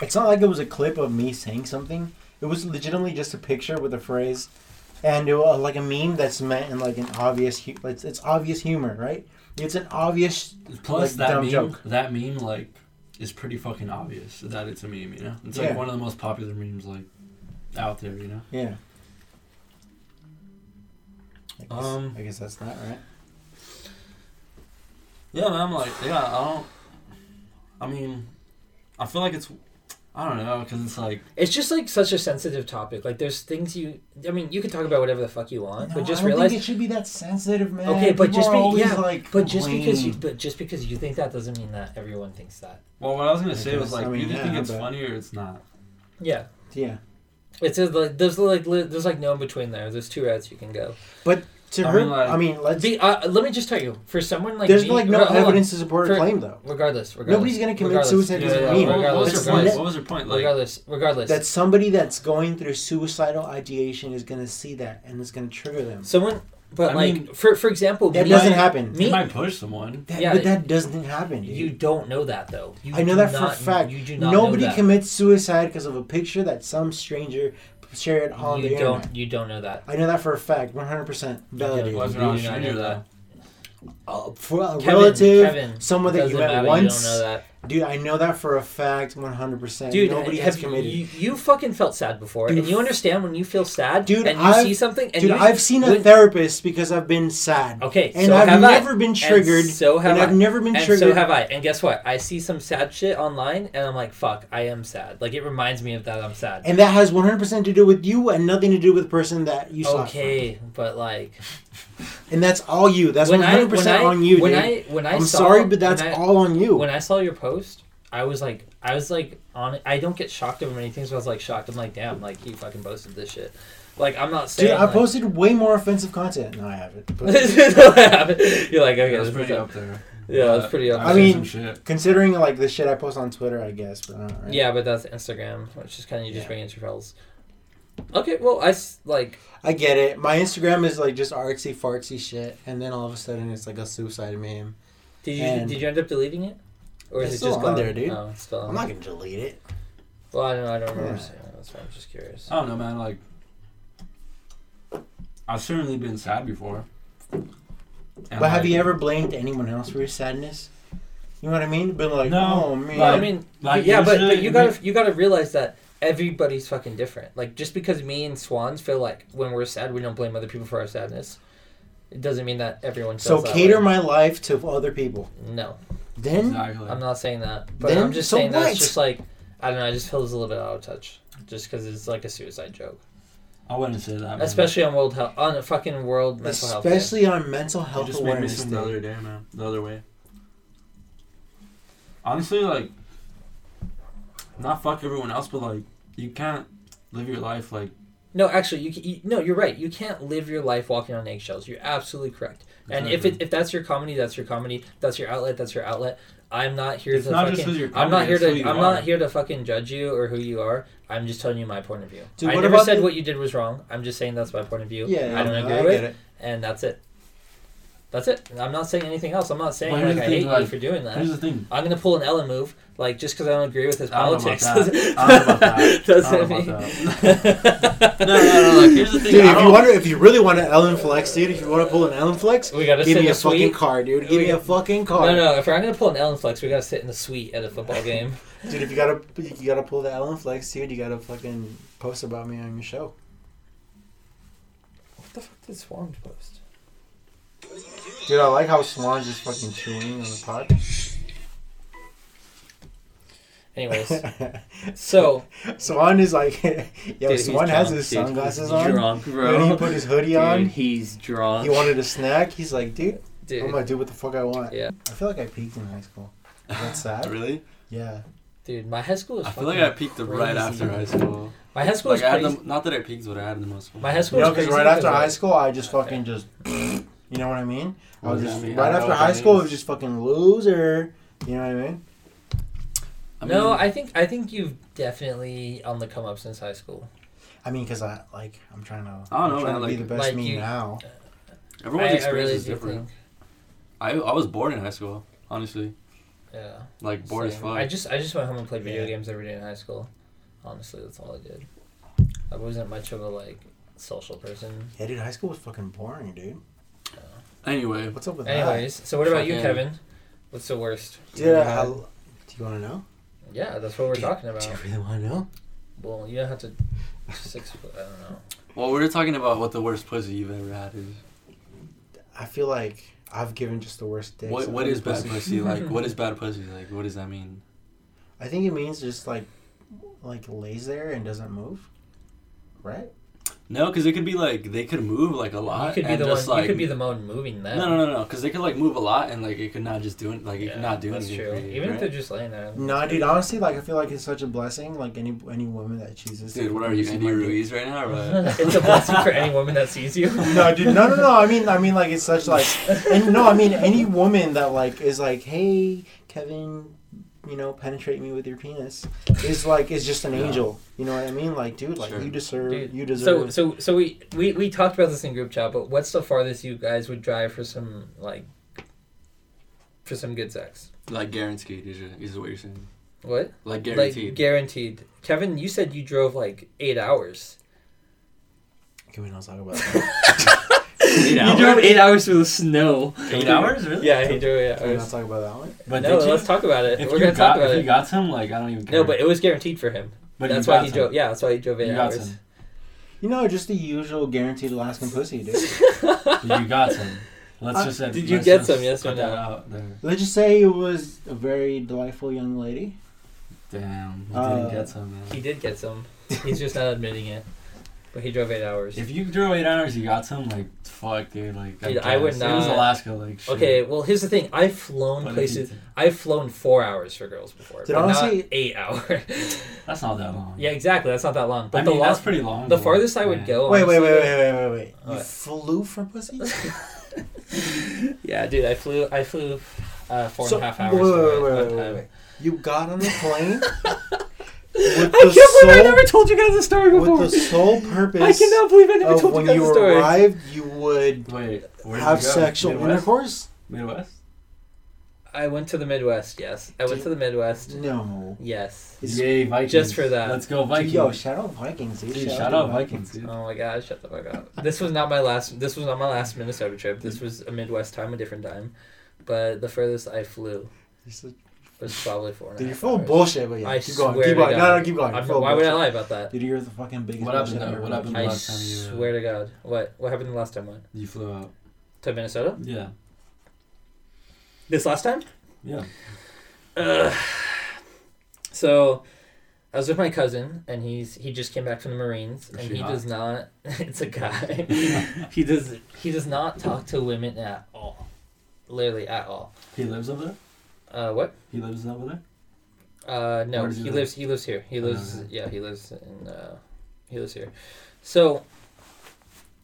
It's not like it was a clip of me saying something. It was legitimately just a picture with a phrase, and it was like a meme that's meant in like an obvious, hu- it's, it's obvious humor, right? It's an obvious.
Plus
Like,
that
dumb
meme,
joke.
that meme like is pretty fucking obvious that it's a meme. You know, it's
Yeah.
like one of the most popular memes like out there. You know.
Yeah. I guess,
Um,
I guess that's not right.
Yeah, man. I'm like, yeah, I don't. I mean, I feel like it's. I don't know, cause it's like
It's just like such a sensitive topic. Like there's things you. I mean, you can talk about whatever the fuck you want,
No,
but just
I don't
realize.
think it should be that sensitive, man.
Okay, but
People
just
are
be-
always,
yeah,
like,
but just because you
complaining.
but just because you think that doesn't mean that everyone thinks that.
well, what I was gonna say
Okay,
was
so,
like,
I mean,
either
yeah,
think it's
but-
funny or it's not.
Yeah.
yeah.
It's just like there's like li- there's like no in between there. There's two routes you can go.
To
I
her,
mean, like-
I mean, let's.
The, uh, let me just tell you, for someone like
there's
me,
like no
hold on.
evidence to support her
For-
claim, though.
Regardless, regardless,
Nobody's gonna commit
regardless,
suicide
Yeah,
doesn't
yeah,
mean-
what- what
Regardless,
was
It's
your point?
net-
regardless,
What was your point? Like,
regardless, regardless.
that somebody that's going through suicidal ideation is going to see that and it's going to trigger them.
someone, but
I
like
mean-
for for example,
That
me-
doesn't happen.
Me,
it might push someone.
That-
yeah,
but that doesn't happen. dude.
you don't know that though. You
I know
do
that for a
not-
fact.
You do not
Nobody
know that.
commits suicide because of a picture that some stranger shared on
You
the
don't.
internet.
You don't know that.
I know that for a fact, 100% validated.
Why
Yeah,
is it
you
on
do not
Stranger
know
that?
Uh, for a
Kevin,
relative,
Kevin,
someone that you
doesn't
met
matter,
once.
You don't know that.
Dude, I know that for a fact, 100%.
Dude,
Nobody
have
has committed.
You, you fucking felt sad before,
Dude,
and you
f-
understand when you feel sad,
Dude,
and you
I've-
see something, and
Dude,
you,
I've seen a
when-
therapist because I've been sad.
Okay,
And
so
I've
have I.
never been
And
triggered.
so have
and
I.
I've never been
and
triggered.
so have I. And guess what? I see some sad shit online, and I'm like, "Fuck, I am sad." Like it reminds me of that I'm sad.
And that has 100% to do with you and nothing to do with the person that you saw.
Okay, but like
And that's all you. That's 100%
I,
on you,
when
dude. I,
I when I
am
saw-
sorry, but that's
when I,
all on you.
When I saw your post, I was like, I was like, on. I don't get shocked over many things, but I was like shocked. I'm like, damn, like he fucking posted this shit. Like I'm not saying.
dude, I
like-
posted way more offensive content. No, I haven't. But
You're like, okay,
Yeah,
that's
that's pretty
pretty
up uh, there.
Yeah, that's pretty up
I've
I
seen
mean-
some shit.
considering like the shit I post on Twitter, I guess, but not right.
Yeah, but that's Instagram, which is kind of you just
Yeah.
bring in your fellas. Okay, well, I s- like
I get it. My Instagram is like just artsy fartsy shit, and then all of a sudden it's like a suicide meme.
Did you
And-
did you end up deleting it, or is
It's
it
still
just
on
gone?
there, dude.
No, it's still on.
I'm not gonna delete it.
well, I don't know. I don't remember.
Yeah.
seeing it, That's why I'm just curious.
I don't know, man. Like, I've certainly been sad before. And,
but have
like,
you ever blamed anyone else for your sadness? You know what I mean? Been like,
No,
oh man.
Well, I
like-
mean,
like
yeah, but,
usually
but you
we-
gotta you gotta realize that everybody's fucking different. Like just because me and Swans feel like when we're sad, we don't blame other people for our sadness. It doesn't mean that everyone.
So
feels that
cater
way.
my life to other people.
No,
Then
Exactly.
I'm not saying that. But
Then-
I'm just
so
saying that's
what?
just like I don't know. I just feel it's a little bit out of touch, just because it's like a suicide joke,
I wouldn't say that. man.
especially on world health, on a fucking world mental health. Day.
especially on mental
You
health
just made me
awareness
think the
day.
other day, man. The other way. Honestly, like, not fuck everyone else, but like, you can't live your life like.
No, actually, you, c- you no, you're right. You can't live your life walking on eggshells. You're absolutely correct. And if it,
Exactly.
if that's your comedy, that's your comedy. That's your outlet. That's your outlet. I'm not here
It's
to
not just
fucking.
'cause you're
I'm not
comedy,
here
it's
to.
who you
I'm
are.
not here to fucking judge you or who you are. I'm just telling you my point of view.
Dude,
I
what
never
about
said
the-
what you did was wrong. I'm just saying that's my point of view.
Yeah,
I don't agree
I
with,
get it.
and that's it. That's it. I'm not saying anything else. I'm not saying
But here's
like
the
I
thing,
hate you
like,
for doing that.
Here's the thing.
I'm gonna pull an Ellen move, like just because I don't agree with his
I don't know
politics.
about that. I don't know about that. I
Doesn't
don't know
mean.
about No, no, no. Like, here's the thing.
Dude, if
I
you
don't.
want to, if you really want an Ellen flex, dude, if you want to pull an Ellen flex,
We gotta
give
sit
me
in
a
the
fucking
suite.
car, dude. Give
We
me a
gotta-
fucking car,
No, no, no. If I'm gonna pull an Ellen flex, we gotta sit in the suite at a football game.
dude. If you gotta, you gotta pull the Ellen flex, dude. You gotta fucking post about me on your show.
what the fuck did Swarm post?
Dude, I like how Swan's just fucking chewing on the pot.
Anyways, so
Oh Swan is like, yo,
Dude, he's
Swan has
drunk,
his
dude.
sunglasses
He's
on.
Drunk,
Dude, he
bro.
put his hoodie
Dude,
on.
he's drunk.
He wanted a snack. He's like, dude, I'm
dude,
gonna do what the fuck I want.
Yeah.
I feel like I peaked in high school. That's sad.
Really?
Yeah.
dude, my high school is.
I feel like I peaked the right
crazy.
after high school.
my high school
Like,
was
I had
crazy.
the, not that I peaked, but I had the most fun.
My high school
You
was
know, because
crazy
right after high
like-
school, I just fucking just, you know what I mean? I was
Yeah,
just
I mean,
right
I know
after
what
high
that
school, I
means.
was just fucking loser. You know what I mean?
I mean,
no, I think I think you've definitely on the come up since high school.
I mean, because I like I'm trying to.
I don't
I'm
know,
trying
man,
to be
like-
the best
Like
me
you-
now.
everyone's
I, I
experience
really
is
do
different.
think-
I I was bored in high school, honestly.
yeah.
Like bored as
same.
fuck.
I just I just went home and played video
Yeah.
games every day in high school. Honestly, that's all I did. I wasn't much of a like social person.
Yeah, dude, high school was fucking boring, dude.
anyway,
What's up with
Anyways, so what about you,
Fucking-
Kevin? What's the worst?
that? Dude, I, do you want to know?
Yeah, that's what we're talking about.
Do you really want to know?
Well, you don't have to six foot. I don't know.
well, we were talking about what the worst pussy you've ever had is.
I feel like I've given just the worst dicks.
What
I've
what
given
is bad
pussy.
pussy like? What is bad pussy like? What does that mean?
I think it means just like, like lays there and doesn't move, right?
No, because it could be like they could move like a lot.
You could be
and
the one.
just, Like,
you could be the one moving them.
No, no, no, no. Because they could like move a lot and like it could not just do it. Like it
Yeah,
could not do
that's
anything.
true.
for you,
Even if
right?
they're just laying there.
No, dude. Honestly, like I feel like it's such a blessing. Like any any woman that chooses. to
Dude, what are you,
use
Andy
my dick.
Ruiz right now? Or what?
it's a blessing for any woman that sees you.
No, dude. No, no, no. I mean, I mean, like it's such like, and no, I mean any woman that like is like, hey, Kevin, you know, penetrate me with your penis is like is just an
Yeah.
angel. You know what I mean? Like, dude, like
Sure.
you deserve,
Dude,
you
So,
deserve.
so, so we, we we talked about this in group chat, but what's the farthest you guys would drive for some like for some good sex?
like guaranteed is, your- is what you're saying.
What?
Like guaranteed.
Like guaranteed. Kevin, you said you drove like eight hours.
Can we not talk about that?
eight
You
hours.
drove eight hours through the snow.
Eight hours, really?
Yeah, he drove eight
Can we not
hours.
talk about that one?
But
No,
did you?
let's talk about it.
If
We're
you
gonna
got,
talk about
if you
it.
got some, like I don't even care.
No, but it was guaranteed for him.
But
that's
you
why
got
he
some.
drove. Yeah, that's why he drove eight
You got
hours.
some.
You know, just the usual guaranteed Alaskan pussy, dude.
You got some. Let's
Uh,
just.
did
let's
you get
just
some, yes or
put
no?
that out there.
Let's just say it was a very delightful young lady.
Damn, you
Uh,
didn't get some. Man.
He did get some. He's just not admitting it. But he drove eight hours.
If you drove eight hours, you got some. Like fuck, dude. Like
Dude, I would
guess. It was
not-
Alaska, like shit.
okay, well here's the thing. I've flown
But if
places.
you-
I've flown four hours for girls before,
Did
but not
honestly-
eight hours.
That's not that long.
yeah, exactly. That's not that long. But
I
the
mean,
lo-
that's pretty long.
the
though.
farthest I would
Yeah.
go.
wait, wait, wait,
honestly-
wait, wait, wait, wait. You
What?
flew for pussy?
Yeah, dude, I flew. I flew uh, four
So-
and a half
wait, wait,
hours. for
wait,
it
Uh,
wait,
one
wait,
time.
wait. You got on the plane with
I
the
can't believe I
sole
never told you guys the story before.
with the sole purpose
I cannot believe I never
of
told you
when
guys
you
the story.
arrived, you would
Wait, where did
have
you go?
sexual
Midwest?
intercourse.
Midwest.
I went to the Midwest. Yes, I went
Dude.
to the Midwest.
No,
Yes.
It's-
Yay, Vikings!
Just for that.
Let's go
Dude, yo,
Vikings!
shout out Vikings, dude.
Dude,
shout,
shout
out
out Vikings, dude.
Oh my god! Shut the fuck up. This was not my last. This was not my last Minnesota trip. This was a Midwest time, a different time. But the furthest I flew.
You're such-
It was probably four. and a
Dude, you're
half
full
hours.
of bullshit, but yeah.
I
keep going.
swear
Keep
to
going. No,
God.
no, keep going.
I'm-
Full of
why would I
bullshit.
lie about that?
Dude, you're the fucking biggest
What happened
bullshit
though?
I've ever
What
heard.
happened?
I
last time you, uh,
swear to God. What what happened the last time? What
You flew out.
to Minnesota?
Yeah.
This last time?
Yeah.
Ugh. So, I was with my cousin, and he's he just came back from the Marines,
Is
and
she
he
hot?
does not. It's a guy. he does he does not talk to women at all, literally at all.
He lives over there.
Uh, what?
He lives over there.
Uh, no,
Where
he,
does he live?
lives. He lives here. He
Oh,
lives.
okay.
Yeah, he lives in. Uh, he lives here. So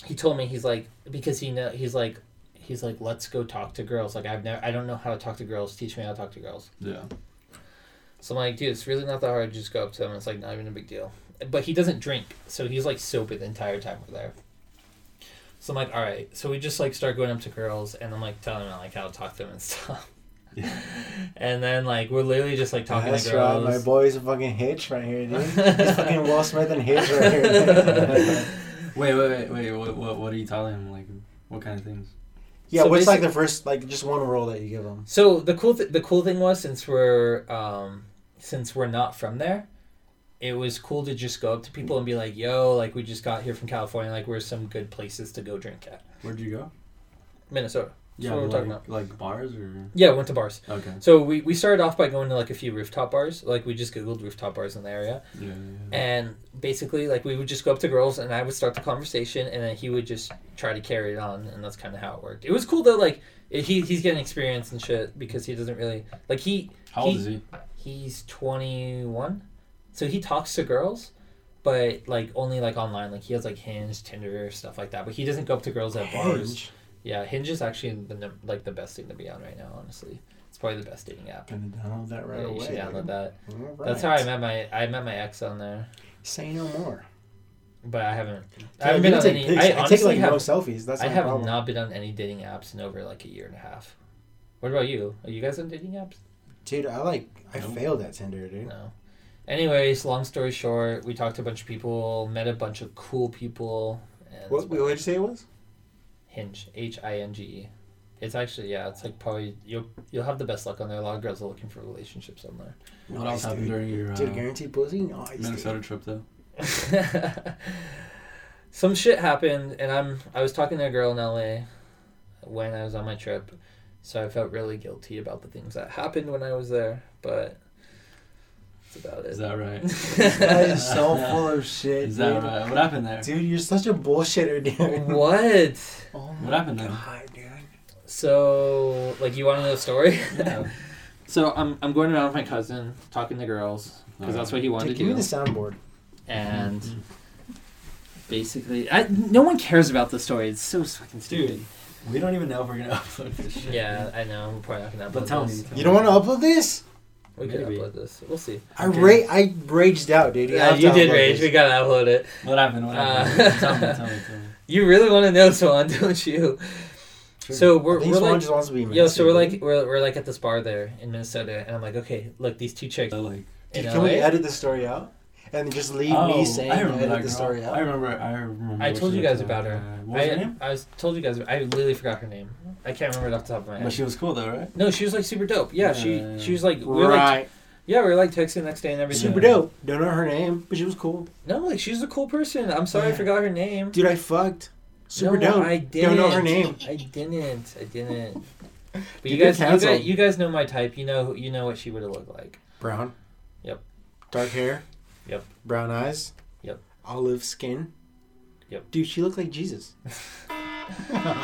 he told me he's like because he know he's like he's like let's go talk to girls. Like I've never I don't know how to talk to girls. Teach me how to talk to girls.
Yeah.
So I'm like, dude, it's really not that hard. Just go up to them. It's like not even a big deal. But he doesn't drink, so he's like sober the entire time we're there. So I'm like, all right. So we just like start going up to girls, and I'm like telling them like how to talk to them and stuff.
Yeah.
and then like we're literally just like talking
That's
to
right.
girls.
My boy's a fucking hitch right here, dude. He's fucking Will Smith and hitch right here.
Wait, wait, wait, wait. What, what, what are you telling him? Like, what kind of things?
yeah,
So
what's like
basic-
the first, like, just one role that you give him?
So the cool th- the cool thing was since we're um, since we're not from there, it was cool to just go up to people and be like, "Yo, like we just got here from California. Like where's some good places to go drink at?"
Where'd you go?
Minnesota. That's what
but
we're
like,
talking about.
Like bars or
Yeah, went to bars.
okay.
So we, we started off by going to like a few rooftop bars. Like we just googled rooftop bars in the area,
Yeah, yeah.
and basically like we would just go up to girls, and I would start the conversation, and then he would just try to carry it on, and that's kind of how it worked. It was cool though. Like it, he he's getting experience and shit because he doesn't really like he
How old
He-
is he?
he's 21 so he talks to girls but like only like online like he has like hinge tinder stuff like that but he doesn't go up to girls at bars
Hinge.
yeah hinge is actually the, num- like the best thing to be on right now honestly it's probably the best dating app
Gonna download that right
Yeah,
away.
you should download
dude.
that
All
that's how
right.
i met my i met my ex on there
Say no more.
but i haven't i
Yeah,
haven't
you
been
can
on
take
any
pics.
i
I take
honestly
like no
have,
selfies. That's
i
my
have
problem.
not been on any dating apps in over like a year and a half what about you are you guys on dating apps
Dude, I like I
No.
failed at Tinder, dude.
No. Anyways, long story short, we talked to a bunch of people, met a bunch of cool people. And
What what did you say it was?
Hinge, H I N G E. It's actually yeah, it's like probably you'll you'll have the best luck on there. A lot of girls are looking for relationships on there.
What
Nice,
else happened
dude.
during your
Dude,
uh,
guaranteed pussy. Nice. dude.
Minnesota trip though?
Some shit happened, and I'm I was talking to a girl in L.A. when I was on my trip, so I felt really guilty about the things that happened when I was there. But that's about
Is
it.
that right?
This guy is so full of shit.
Is that
dude.
right? What happened there?
Dude, you're such a bullshitter, dude.
what?
Oh
What happened then?
God, dude.
So, like, you want to know the story?
Yeah.
so, I'm, I'm going around with my cousin, talking to girls, because that's what he wanted
Dude,
to
give me Mm-hmm.
do.
the soundboard.
And basically, I, no one cares about the story. It's so fucking stupid.
We don't even know if we're gonna upload this shit.
Yeah, I know. We're probably not gonna upload
But tell me.
this.
You don't want to upload this?
We could
Maybe.
upload this. We'll see.
I
Okay.
ra- I raged out, dude.
Yeah,
have
you
to
did
upload
rage.
this.
We gotta upload it.
What happened? What happened?
Uh,
tell me. Tell me. Tell me.
You really want to know, Swan, don't you? So
I
we're,
think
we're
Swan
like,
just wants to be
yo,
messy,
so we're
dude.
like, we're, we're like at this bar there in Minnesota, and I'm like, okay, look, these two chicks.
So, like, oh,
Dude,
in
can we
LA.
edit the story out and just leave
Oh,
me saying
I
edit
remember
the
that girl.
story out?
I remember. I remember.
I
what
told
she
you
looked
guys
like.
about her.
Uh, What was
I,
her name?
I was told you guys. I literally forgot her name. I can't remember it off the top of my head.
But she Uh, was cool though, right?
no, she was like super dope. Yeah,
Yeah.
she she was like we were like
right.
yeah we were like texting the next day and everything.
Super
Yeah.
dope. Don't know her name, but she was cool.
No, like she's a cool person. I'm sorry I
Yeah.
forgot her name.
Dude, I fucked. Super
no,
dope.
I
Don't
didn't.
know her name.
I didn't. I didn't. But
Dude,
you
you're
guys, you
canceled.
guys, you guys know my type. You know, you know what she would have looked like.
Brown.
Yep.
Dark hair.
Yep.
Brown eyes.
Yep.
Olive skin.
Yep.
Dude, she looked like Jesus.
Yeah,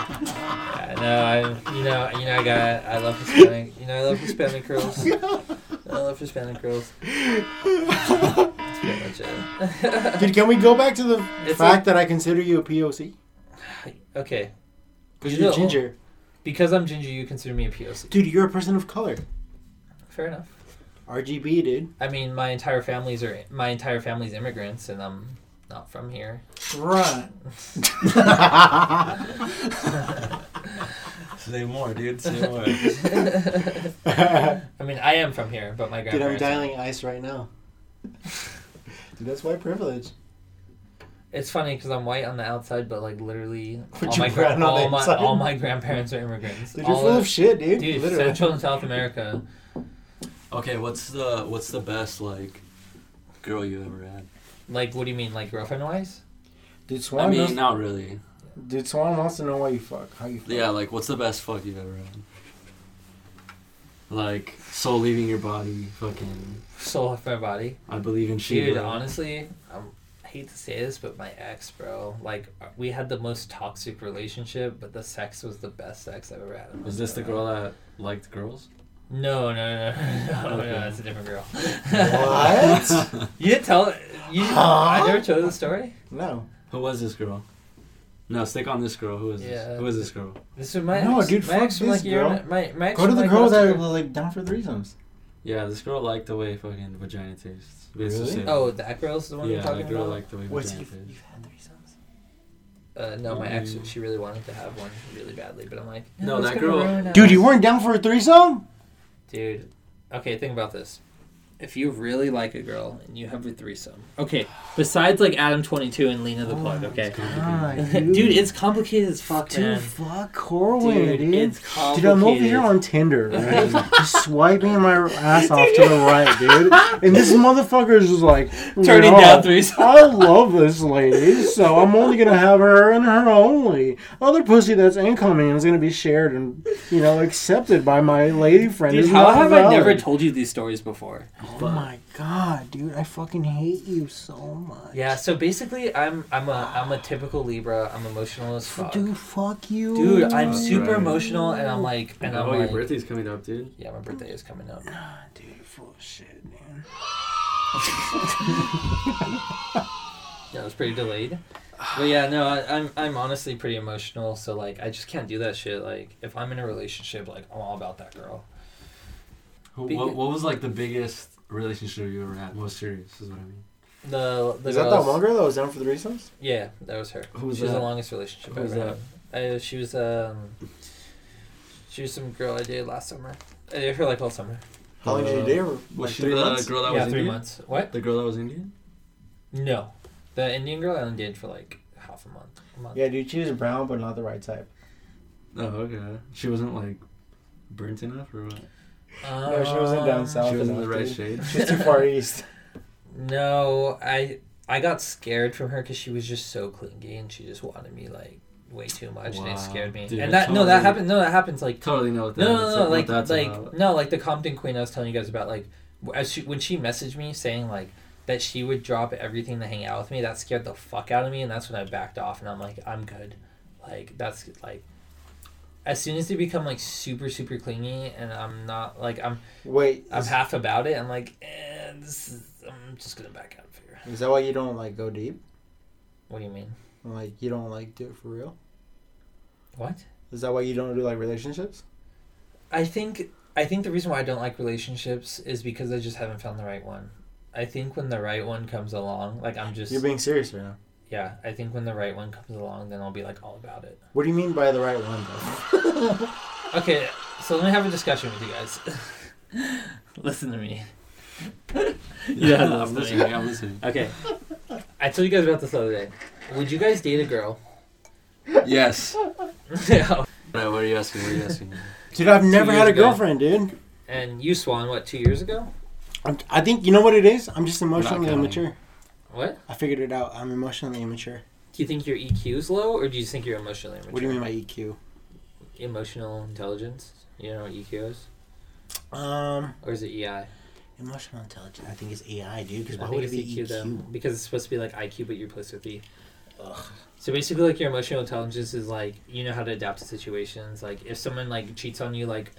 no, I, you know, you know, I got, I love Hispanic. You know, I love Hispanic girls. I love Hispanic girls. That's pretty much it.
Dude, can we go back to the
It's
fact that I consider you a POC?
Okay.
Because
You
you're
know-
ginger.
Because I'm ginger, you consider me a POC.
Dude, you're a person of color.
Fair enough.
RGB, dude.
I mean, my entire family's are my entire family's immigrants, and I'm not from here.
Right.
Say more, dude. Say more.
I mean, I am from here, but my
Dude, I'm
grandparents.
dialing ice right now. Dude, that's white privilege.
It's funny because I'm white on the outside, but like literally,
But
all
you're
my, gra-
brown on the
all, my,
inside.
all my grandparents are immigrants.
Dude,
all
you're full
of-
of shit, dude.
dude,
Literally.
Central and South America.
Okay, what's the what's the best like girl you ever had?
Like, what do you mean, like girlfriend wise?
Dude,
I
Swan.
mean,
knows,
not really.
dude, Swan wants to know why you fuck. How you fuck?
Yeah, like what's the best fuck you've ever had? Like soul leaving your body, fucking.
Soul off my body.
I believe in she.
Dude,
bro.
honestly, I'm, I hate to say this, but my ex, bro, like uh, we had the most toxic relationship, but the sex was the best sex I've ever had. in my
Is this the
life.
girl that liked girls?
No, no, no, no, no, no,
Okay.
that's a different girl.
What?
You didn't tell. You, I never told the story.
no.
Who was this girl? No, stick on this girl. Who is
Yeah.
this? Who is this girl?
This is my
No,
ex,
dude,
my
fuck
ex from
this
like a year
girl.
and a- my, my ex
Go to
from,
the
like
girls
last
that
year.
are like down for threesomes.
Yeah, this girl liked the way fucking vagina tastes. It's the
Really?
same.
Oh, that girl's the one
yeah,
you're talking
that girl
about.
liked the way
What's
vagina
you?
tastes.
You've had threesomes.
uh, no, my ex.
Mm.
She really wanted to have one really badly, but I'm like,
No,
it's
that
gonna
girl-
ruin
Dude,
us."
you weren't down for a threesome?
Dude, okay, think about this. If you really like a girl and you have a threesome, okay, besides like Adam twenty two and Lena the
Oh,
plug, okay, dude, it's complicated as fuck,
Dude, Ah,
man.
fuck Corwin, dude.
Dude, it's
Dude, I'm over
complicated.
here on Tinder, right? just swiping my ass off to the right, dude. And this motherfucker is just like
Turning
"No,
down threesome."
I love this lady, so I'm only gonna have her and her only. Other pussy that's incoming is gonna be shared and you know accepted by my lady friend.
Dude,
is
how
not
have I
valid.
never told you these stories before?
Oh my god, dude! I fucking hate you so much.
Yeah, so basically, I'm I'm a I'm a typical Libra. I'm emotional as fuck.
Dude, fuck you.
Dude, I'm
That's
super
right.
emotional, and I'm like, and I'm
oh, your
like,
birthday's coming up, dude.
yeah, my birthday is coming up.
Dude, full of shit, man.
Yeah, it was pretty delayed. But yeah, no, I, I'm I'm honestly pretty emotional, so like I just can't do that shit. Like if I'm in a relationship, like I'm all about that girl.
Who,
Big-
what, what was like the biggest relationship you ever had? Most serious is what I mean.
The the
Is that
girls,
that one girl that was down for threesomes?
Yeah, that was her.
Who was
she was
that?
the longest relationship
Who
I
was
ever had. I, she was um she was some girl I dated last summer. I dated her like all summer.
How long did you
Uh,
date her? Like
Was she
three
the
months?
girl Oh, that
yeah,
was
three
Indian?
months. What?
The girl that was Indian?
No, the Indian girl I only dated for like half a month. A month.
Yeah, dude, she was brown, but not the right type.
Oh, okay. She wasn't like burnt enough or what?
No, she wasn't down
Um,
south.
Ah, she was in
enough,
the right
dude.
shade.
She was too far east.
No, I I got scared from her because she was just so clingy and she just wanted me like way too much and
Wow.
it scared me.
Dude,
and that no,
totally.
that happened. No, that happens like
Totally know what that
no,
is.
no, no, like
what
like,
that's uh, about.
no, like the Compton Queen I was telling you guys about. Like w- as she, when she messaged me saying like that she would drop everything to hang out with me, that scared the fuck out of me, and that's when I backed off and I'm like, I'm good. Like that's like. As soon as they become like super super clingy and I'm not like I'm
Wait,
I'm
is,
half about it, I'm like, eh, this is I'm just gonna back out of here.
is that why you don't like go deep?
What do you mean?
Like you don't like do it for real?
What?
Is that why you don't do like relationships?
I think I think the reason why I don't like relationships is because I just haven't found the right one. I think when the right one comes along, like I'm just
You're being serious right now.
yeah. I think when the right one comes along, then I'll be like all about it.
What do you mean by the right one? Though?
Okay, so let me have a discussion with you guys. Listen to me. yeah,
I'm listening. I'm listening.
Okay. I told you guys about this the other day. Would you guys date a girl?
yes.
Yeah.
Right, what are you asking? What are you asking?
Dude, I've never
years
had a
ago.
girlfriend, dude.
and you, Swan, what two years ago?
I'm, I think you know what it is. I'm just emotionally
counting.
immature.
What?
I figured it out. I'm emotionally immature.
Do you think your EQ is low, or do you think you're emotionally immature?
What do you mean by E EQ?
Emotional intelligence. You know what EQ is,
Um,
or is it EI?
emotional intelligence. I think it's AI, dude. Because
I
why
think
would it
it's
be
E
E
EQ,
EQ?
though, because it's supposed to be like IQ, but you replace with E. So basically, like your emotional intelligence is like you know how to adapt to situations. Like if someone like cheats on you, like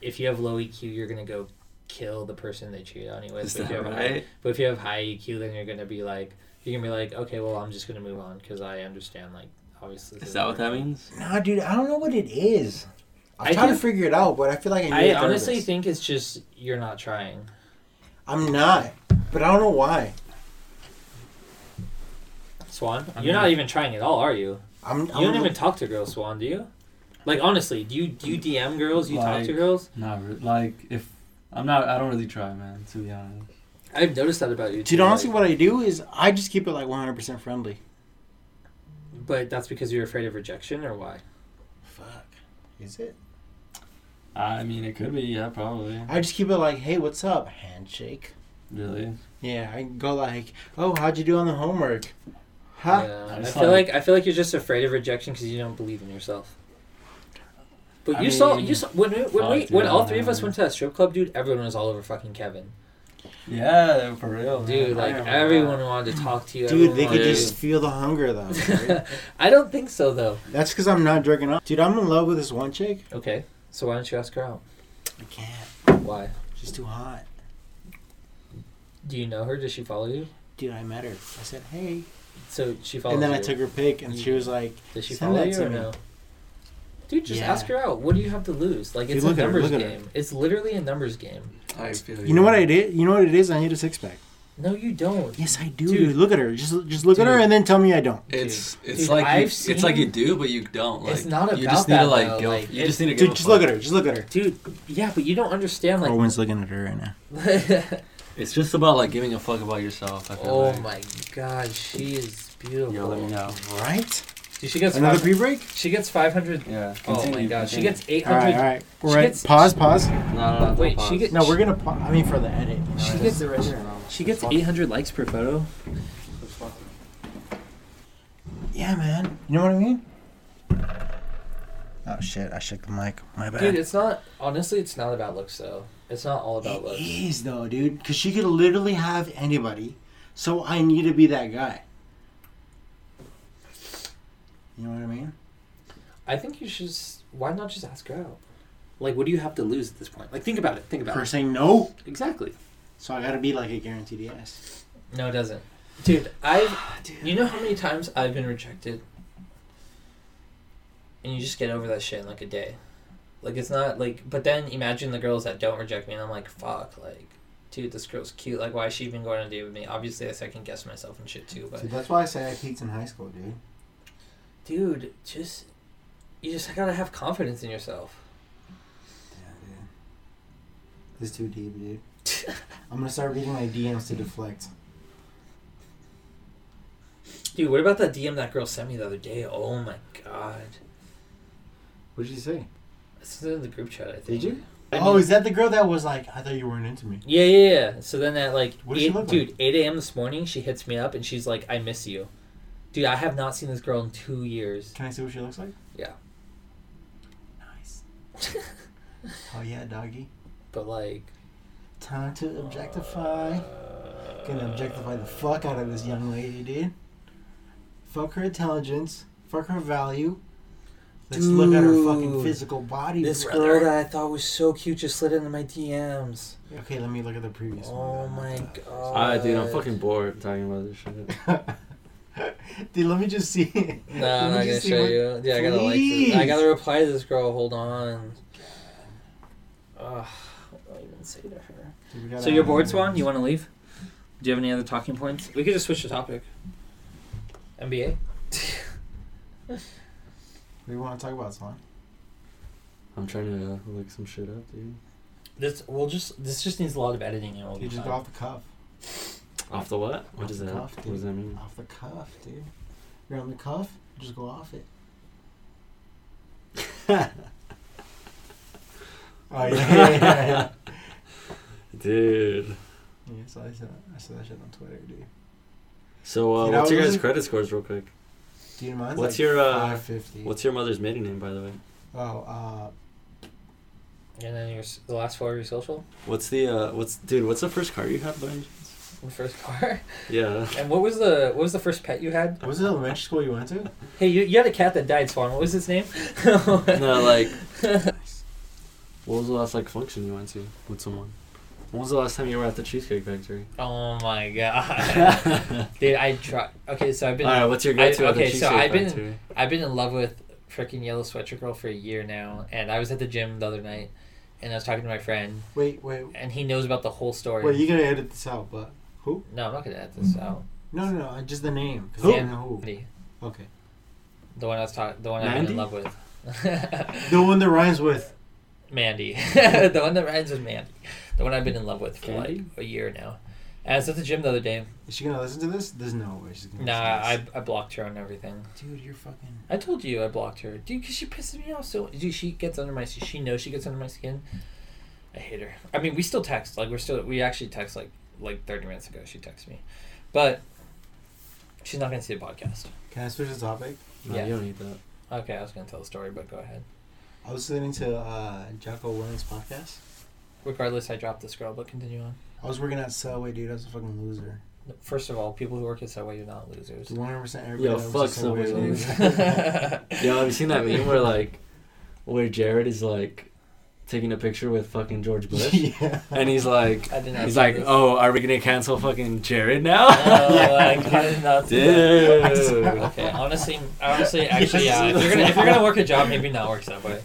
if you have low EQ, you're gonna go kill the person they cheated on you with.
Is
But if, you
that
have a high,
right?
but if you have high EQ, then you're gonna be like you're gonna be like okay, well I'm just gonna move on because I understand like obviously.
Is that what that means?
Nah, dude, I don't know what it is. I'm
I
trying
think-
to figure it out, but I feel like I, need
I
a
honestly
therapist.
think it's just you're not trying.
I'm not, but I don't know why.
Swan,
I'm
you're
not-
not even trying at all, are you?
I'm.
You
I'm
don't even talk to girls, Swan, do you? Like honestly, do you do you DM girls? You talk to
Like-
girls?
Not re- like if I'm not. I don't really try, man. To be honest.
I've noticed that about you.
Dude,
too,
honestly,
like-
what I do is I just keep it like 100% friendly.
but that's because you're afraid of rejection, or why?
Fuck. Is it?
I mean, it could be. Yeah, probably.
I just keep it like, hey, what's up? Handshake.
Really.
Yeah, I go like, oh, how'd you do on the homework? Huh?
Yeah, I
It's
feel
like-
like I feel like you're just afraid of rejection because you don't believe in yourself. But
I
you saw
mean,
you saw when we, when,
fuck,
we,
dude,
when
I
all
don't
three of us
know.
went to that strip club, dude. Everyone was all over fucking Kevin,
Yeah, for real,
dude. Like everyone wanted to talk to you.
Dude,
everyone
they could
wanted
just feel the hunger though.
you.
right?
I don't think so though.
That's because I'm not jerking off. Dude, I'm in love with this one chick.
Okay, so why don't you ask her out?
I can't.
Why?
She's too hot.
Do you know her? Does she follow you?
Dude, I met her. I said, hey.
So she follows.
And then
you.
I took her pic, and she was like,
Does she
send
follow
that
you
to
or
me.
no? Dude, just
Yeah.
ask her out. What do you have to lose? Like
Dude,
it's a
look at her,
numbers
look at her.
game. It's literally a numbers game.
I feel
you know what I did? You know what it is? I need a six pack.
No, you don't.
Yes, I do.
Dude.
Dude, look at her. Just just look at her
Dude.
and then tell me I don't.
It's it's
Dude,
like you,
I've
it's like you
seen-
do, but you don't. Like
It's not
you
about
just need
that,
to like
though,
go.
like,
you just need to give
Dude,
a
just
fuck.
look at her. Just look at her.
Dude, yeah, but you don't understand like
Corwin's looking at her right now.
It's just about like giving a fuck about yourself. I feel
oh
like.
my god, she is beautiful.
Yo, let me know.
Right?
Dude, she gets
Another
five-
pre break?
she gets five hundred.
Yeah.
Oh my god, she gets eight
All right,
hundred.
all right. All
She
right.
gets-
pause, pause.
No, no, no.
Wait,
don't
she
pause.
gets.
No, we're gonna. Pa- I mean, for the edit.
She
Alright.
gets- She gets eight hundred likes per photo.
Yeah, man. You know what I mean? Oh shit! I shook the mic. My bad.
Dude, it's not. Honestly, it's not about looks though. It's not all about
It
looks.
is though, dude. Because she could literally have anybody. So I need to be that guy. You know what I mean?
I think you should. s why not just ask her out? Like, what do you have to lose at this point? Like, think about it. Think about
Her saying no.
it. Exactly.
So I gotta be like a guaranteed yes.
No, it doesn't. Ah, Dude, I've. You know how many times I've been rejected? And you just get over that shit in like a day. Like, it's not like. But then imagine the girls that don't reject me, and I'm like, fuck, like, dude, this girl's cute. Like, why is she even going on a date with me? Obviously, I second guess myself and shit too, but.
Dude, that's why I say I peaked in high school, dude.
Dude, just. You just gotta have confidence in yourself.
Yeah, dude. This is too deep, dude. I'm gonna start reading my DMs to deflect.
Dude, what about that DM that girl sent me the other day? Oh my god.
What did you say?
This is in the group chat, I think.
Did you?
I
oh,
mean-
is that the girl that was like, I thought you weren't into me?
Yeah, yeah, yeah. So then at like,
What does she
eight,
look like?
dude, 8 a.m. this morning, she hits me up and she's like, I miss you. Dude, I have not seen this girl in two years.
Can I see what she looks like?
Yeah.
Nice. oh yeah, doggy.
But like,
Time to objectify. Gonna objectify the fuck out of this
Uh,
young lady, dude. Fuck her intelligence. Fuck her value. Let's look at her fucking
Dude.
physical body.
this
brother.
girl that I thought was so cute just slid into my DMs.
Okay, let me look at the previous
Oh
one. Uh,
my god.
Ah, dude, I'm fucking bored talking about this shit.
Dude, let me just see.
No, I'm not gonna show you. Yeah, I gotta like
Please.
this. I gotta reply to this girl. Hold on. Ugh, what do I even say to her? So you're bored, Swan? You want to leave? Do you have any other talking points? We could just switch the topic. NBA.
What do you want to talk about, Swan?
I'm trying to look some shit up, dude.
This we'll just this just needs a lot of editing. And
You just go off the cuff.
Off the what? What
Off
does
the
that?
cuff,
What
dude.
does that mean?
Off the cuff, dude. You're on the cuff. Just go off it. oh yeah, yeah, yeah, yeah.
Dude.
yeah so I saw, I saw that shit on Twitter, dude.
So, uh,
You know,
what's your guys'
really-
credit scores, real quick?
Dude, mine's
What's
like
your, uh,
550.
What's your mother's maiden name, by the way?
oh, uh,
And then your s- the last four of your social,
What's the uh, what's dude? What's the first car you had, by any chance?
the first car.
Yeah.
And what was the what was the first pet you had?
what was the elementary school you went to?
Hey, you, you had a cat that died, Swan. What was its name?
no, like. What was the last like function you went to with someone? When was the last time you were at the Cheesecake Factory?
Oh my
All
god, dude! I try. Okay, so I've been
right, what's your go-to
I-
at the
okay, so
Cheesecake
I've been-
Factory?
I've been in love with freaking yellow sweatshirt girl for a year now, and I was at the gym the other night, and I was talking to my friend,
Wait, wait,
and he knows about the whole story.
wait. You gotta edit this out, but
no, I'm not gonna edit this out.
no, no, no. Just the name. 'cause
Who?
I don't know
The
who. Okay.
one I was talking, the one I've been
Mandy?
in love with,
The one that rhymes with.
Mandy, the one that ends with Mandy, the one I've been in love with for
Candy?
like a year now, I was at the gym the other day.
Is she gonna listen to this? There's no way she's gonna.
Nah,
listen
I,
to
I blocked her on everything.
this. Dude, you're fucking.
I told you I blocked her, dude, because she pisses me off. So, dude, she gets under my. She knows she gets under my skin. I hate her. I mean, we still text. Like, we're still. We actually text like like thirty minutes ago. She texted me, but she's not gonna see the podcast.
Can I switch the topic?
No, Yeah. you
don't need that.
Okay, I was gonna tell the story, but go ahead.
I was listening to uh, Jocko Willing's podcast.
Regardless, I dropped this girl, but continue on.
I was working at Subway, dude. I was a fucking loser.
First of all, people who work at Subway, you're not losers.
100% everybody.
Yo,
that was
fuck
at Subway was a
Subway, dude.
loser.
Yo, have you seen that meme where like, where Jared is like, taking a picture with fucking George Bush,
yeah.
and he's like,
I did not.
he's
see
like,
this.
oh, are we gonna cancel fucking Jared now?
Oh, like, I did not see that.
Dude.
Okay, honestly, honestly, actually,
Yes.
yeah. If you're gonna if you're gonna work a job, maybe not work Subway.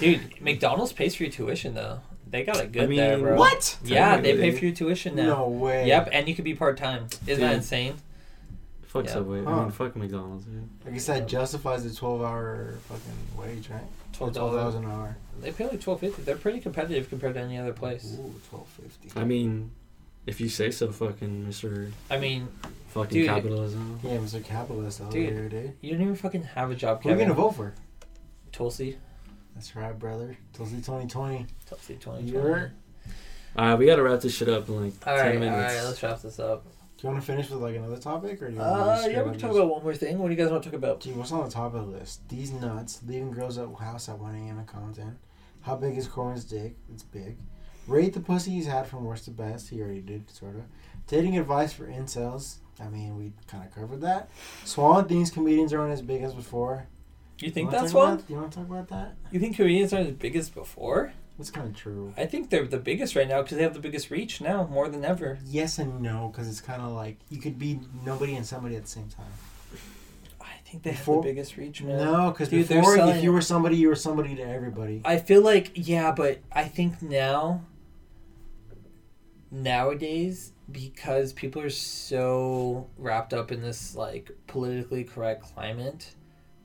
Dude, McDonald's pays for your tuition though. They got it good
I mean,
there, bro.
What?
Yeah, they
Technically.
pay for your tuition now.
No way.
Yep, and you could be part time. Isn't that
Dude.
insane?
Fuck
Yeah.
Subway. I
Huh.
mean, fuck McDonald's. Dude.
I guess that justifies the 12 hour fucking wage, right?
Twelve
$12
dollars.
an hour.
They pay like twelve fifty. They're pretty competitive compared to any other place.
Ooh, 12.50.
I mean, if you say so, fucking Mister
I mean,
Fucking
Dude.
Capitalism.
yeah, Mr. Capitalist out
Dude.
here, dude.
you don't even fucking have a job,
Who are you
Kevin.
gonna vote for?
Tulsi,
That's right, brother. Tulsi 2020.
Tulsi, twenty
You're-
twenty.
All right, we gotta wrap this shit up in like
All
ten
right, all
minutes.
right. Let's wrap this up.
Do you want to finish with like another topic, or do you want
Uh,
to
yeah, we can talk about one more thing. What do you guys want to talk about?
Dude, what's on the top of the list? These nuts leaving girls at house at 1 a.m. and content. How big is Corin's dick? It's big. Rate the pussy he's had from worst to best. He already did, sort of. Dating advice for incels. I mean, we kind of covered that. Swan things comedians aren't as big as before.
You
You
think
wanna
that's
talk
one?
about- You want to talk about that?
You think comedians aren't as big as before?
That's kind of true.
I think they're the biggest right now because they have the biggest reach now, more than ever.
Yes and no, because it's kind of like you could be nobody and somebody at the same time.
I think they
Before-
have the biggest reach now.
No, because
Dude, they're
before, if
selling-
you were somebody, you were somebody to everybody.
I feel like yeah, but I think now nowadays because people are so wrapped up in this like politically correct climate,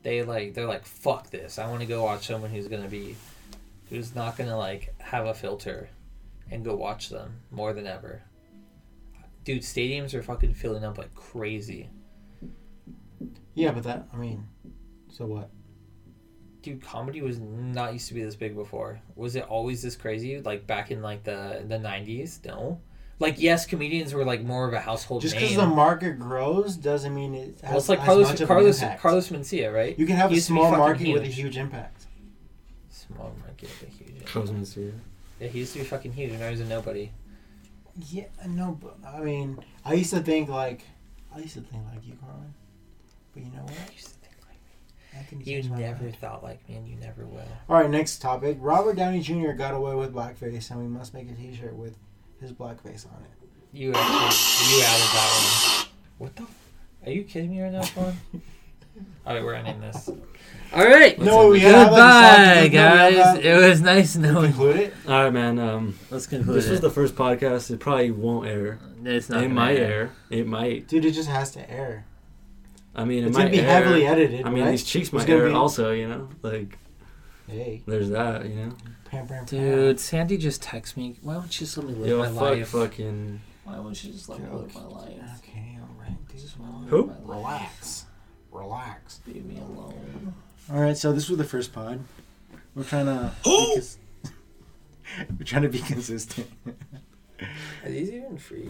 they like they're like fuck this. I want to go watch someone who's going to be who's not going to like have a filter and go watch them more than ever. Dude, stadiums are fucking filling up like crazy.
Yeah, but that, I mean, so what?
dude comedy was not used to be this big before was it always this crazy like back in like the the 90s no like yes comedians were like more of a household
Just because
name
the market grows doesn't mean it has
well, it's like
as
carlos
much of
carlos
an impact.
carlos mencia right
you can have a
He used to be
small
fucking
market with a
huge.
huge impact.
small market but huge
Close minutes here.
yeah he used to be fucking huge and now he's a nobody
Yeah, no, but I mean, I used to think like, I used to think like you, Carlin. But you know what?
I used to think like
Anthony
you
changed my
never
mind.
thought like me and you never will
All right, next topic. Robert Downey Jr. got away with blackface, and we must make a T-shirt with his blackface on it.
you actually you added that one what the f- are you kidding me right now Fawn? all right we're ending this all right
No, Let's we end
have, like, a
Goodbye,
sound- no, we have
guys.
that.
It was nice knowing.
Include it.
All right, man. Um,
Let's conclude.
this was
It.
the first podcast. It probably won't air.
it's not
It
gonna
might
air.
air. It might.
Dude, it just has to air.
I mean, it
it's
might
gonna be
air.
heavily edited.
I mean,
right?
these cheeks
It's
might
gonna
air
be-
also. You know, like
Hey,
there's that. You know.
pam, pam, pam.
Dude, Sandy just texted me. Why won't you just let me live
Yo,
my
fuck,
life?
fucking.
Why won't you just let me live my life?
Okay, all right.
Just let me live
Who?
my life.
Relax. Relax.
Leave me alone.
All right, so this was the first pod. We're trying to.
Who?
We're trying to be consistent.
are these even free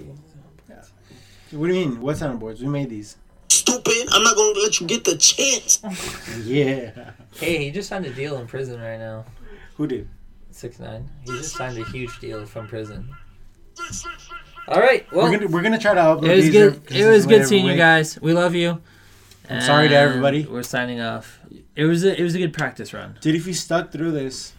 What do you mean? What soundboards? We made these.
stupid. I'm not gonna let you get the chance.
Yeah.
Hey, he just signed a deal in prison right now.
Who did?
Six nine. He just signed a huge deal from prison. All right. Well,
we're gonna we're gonna try to upload
It was
these.
good.
every-
It was good
every
seeing you
week.
guys. We love you.
I'm sorry to
And
everybody.
We're signing off. It was a, it was a good practice run.
Dude, if you stuck through this,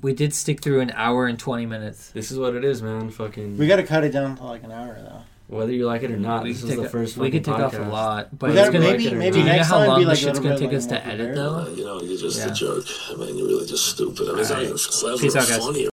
We did stick through an hour and twenty minutes.
This is what it is, man. Fucking.
we gotta cut it down to like an hour though.
whether you like it or not,
we
this
could
was
take
the
o-
first.
We could take
fucking
off a
podcast.
lot, but
We
it's
gotta-
gonna.
maybe
like it or
maybe
do you
not.
know
next
how
time
long
be
this
like a
shit's
little
gonna
bit
take us
like more
to edit
prepared.
though?
Uh, You know, you're just
Yeah.
a joke. I mean, you're really just stupid. I mean, it's not even clever
Peace
or
out, guys.
funny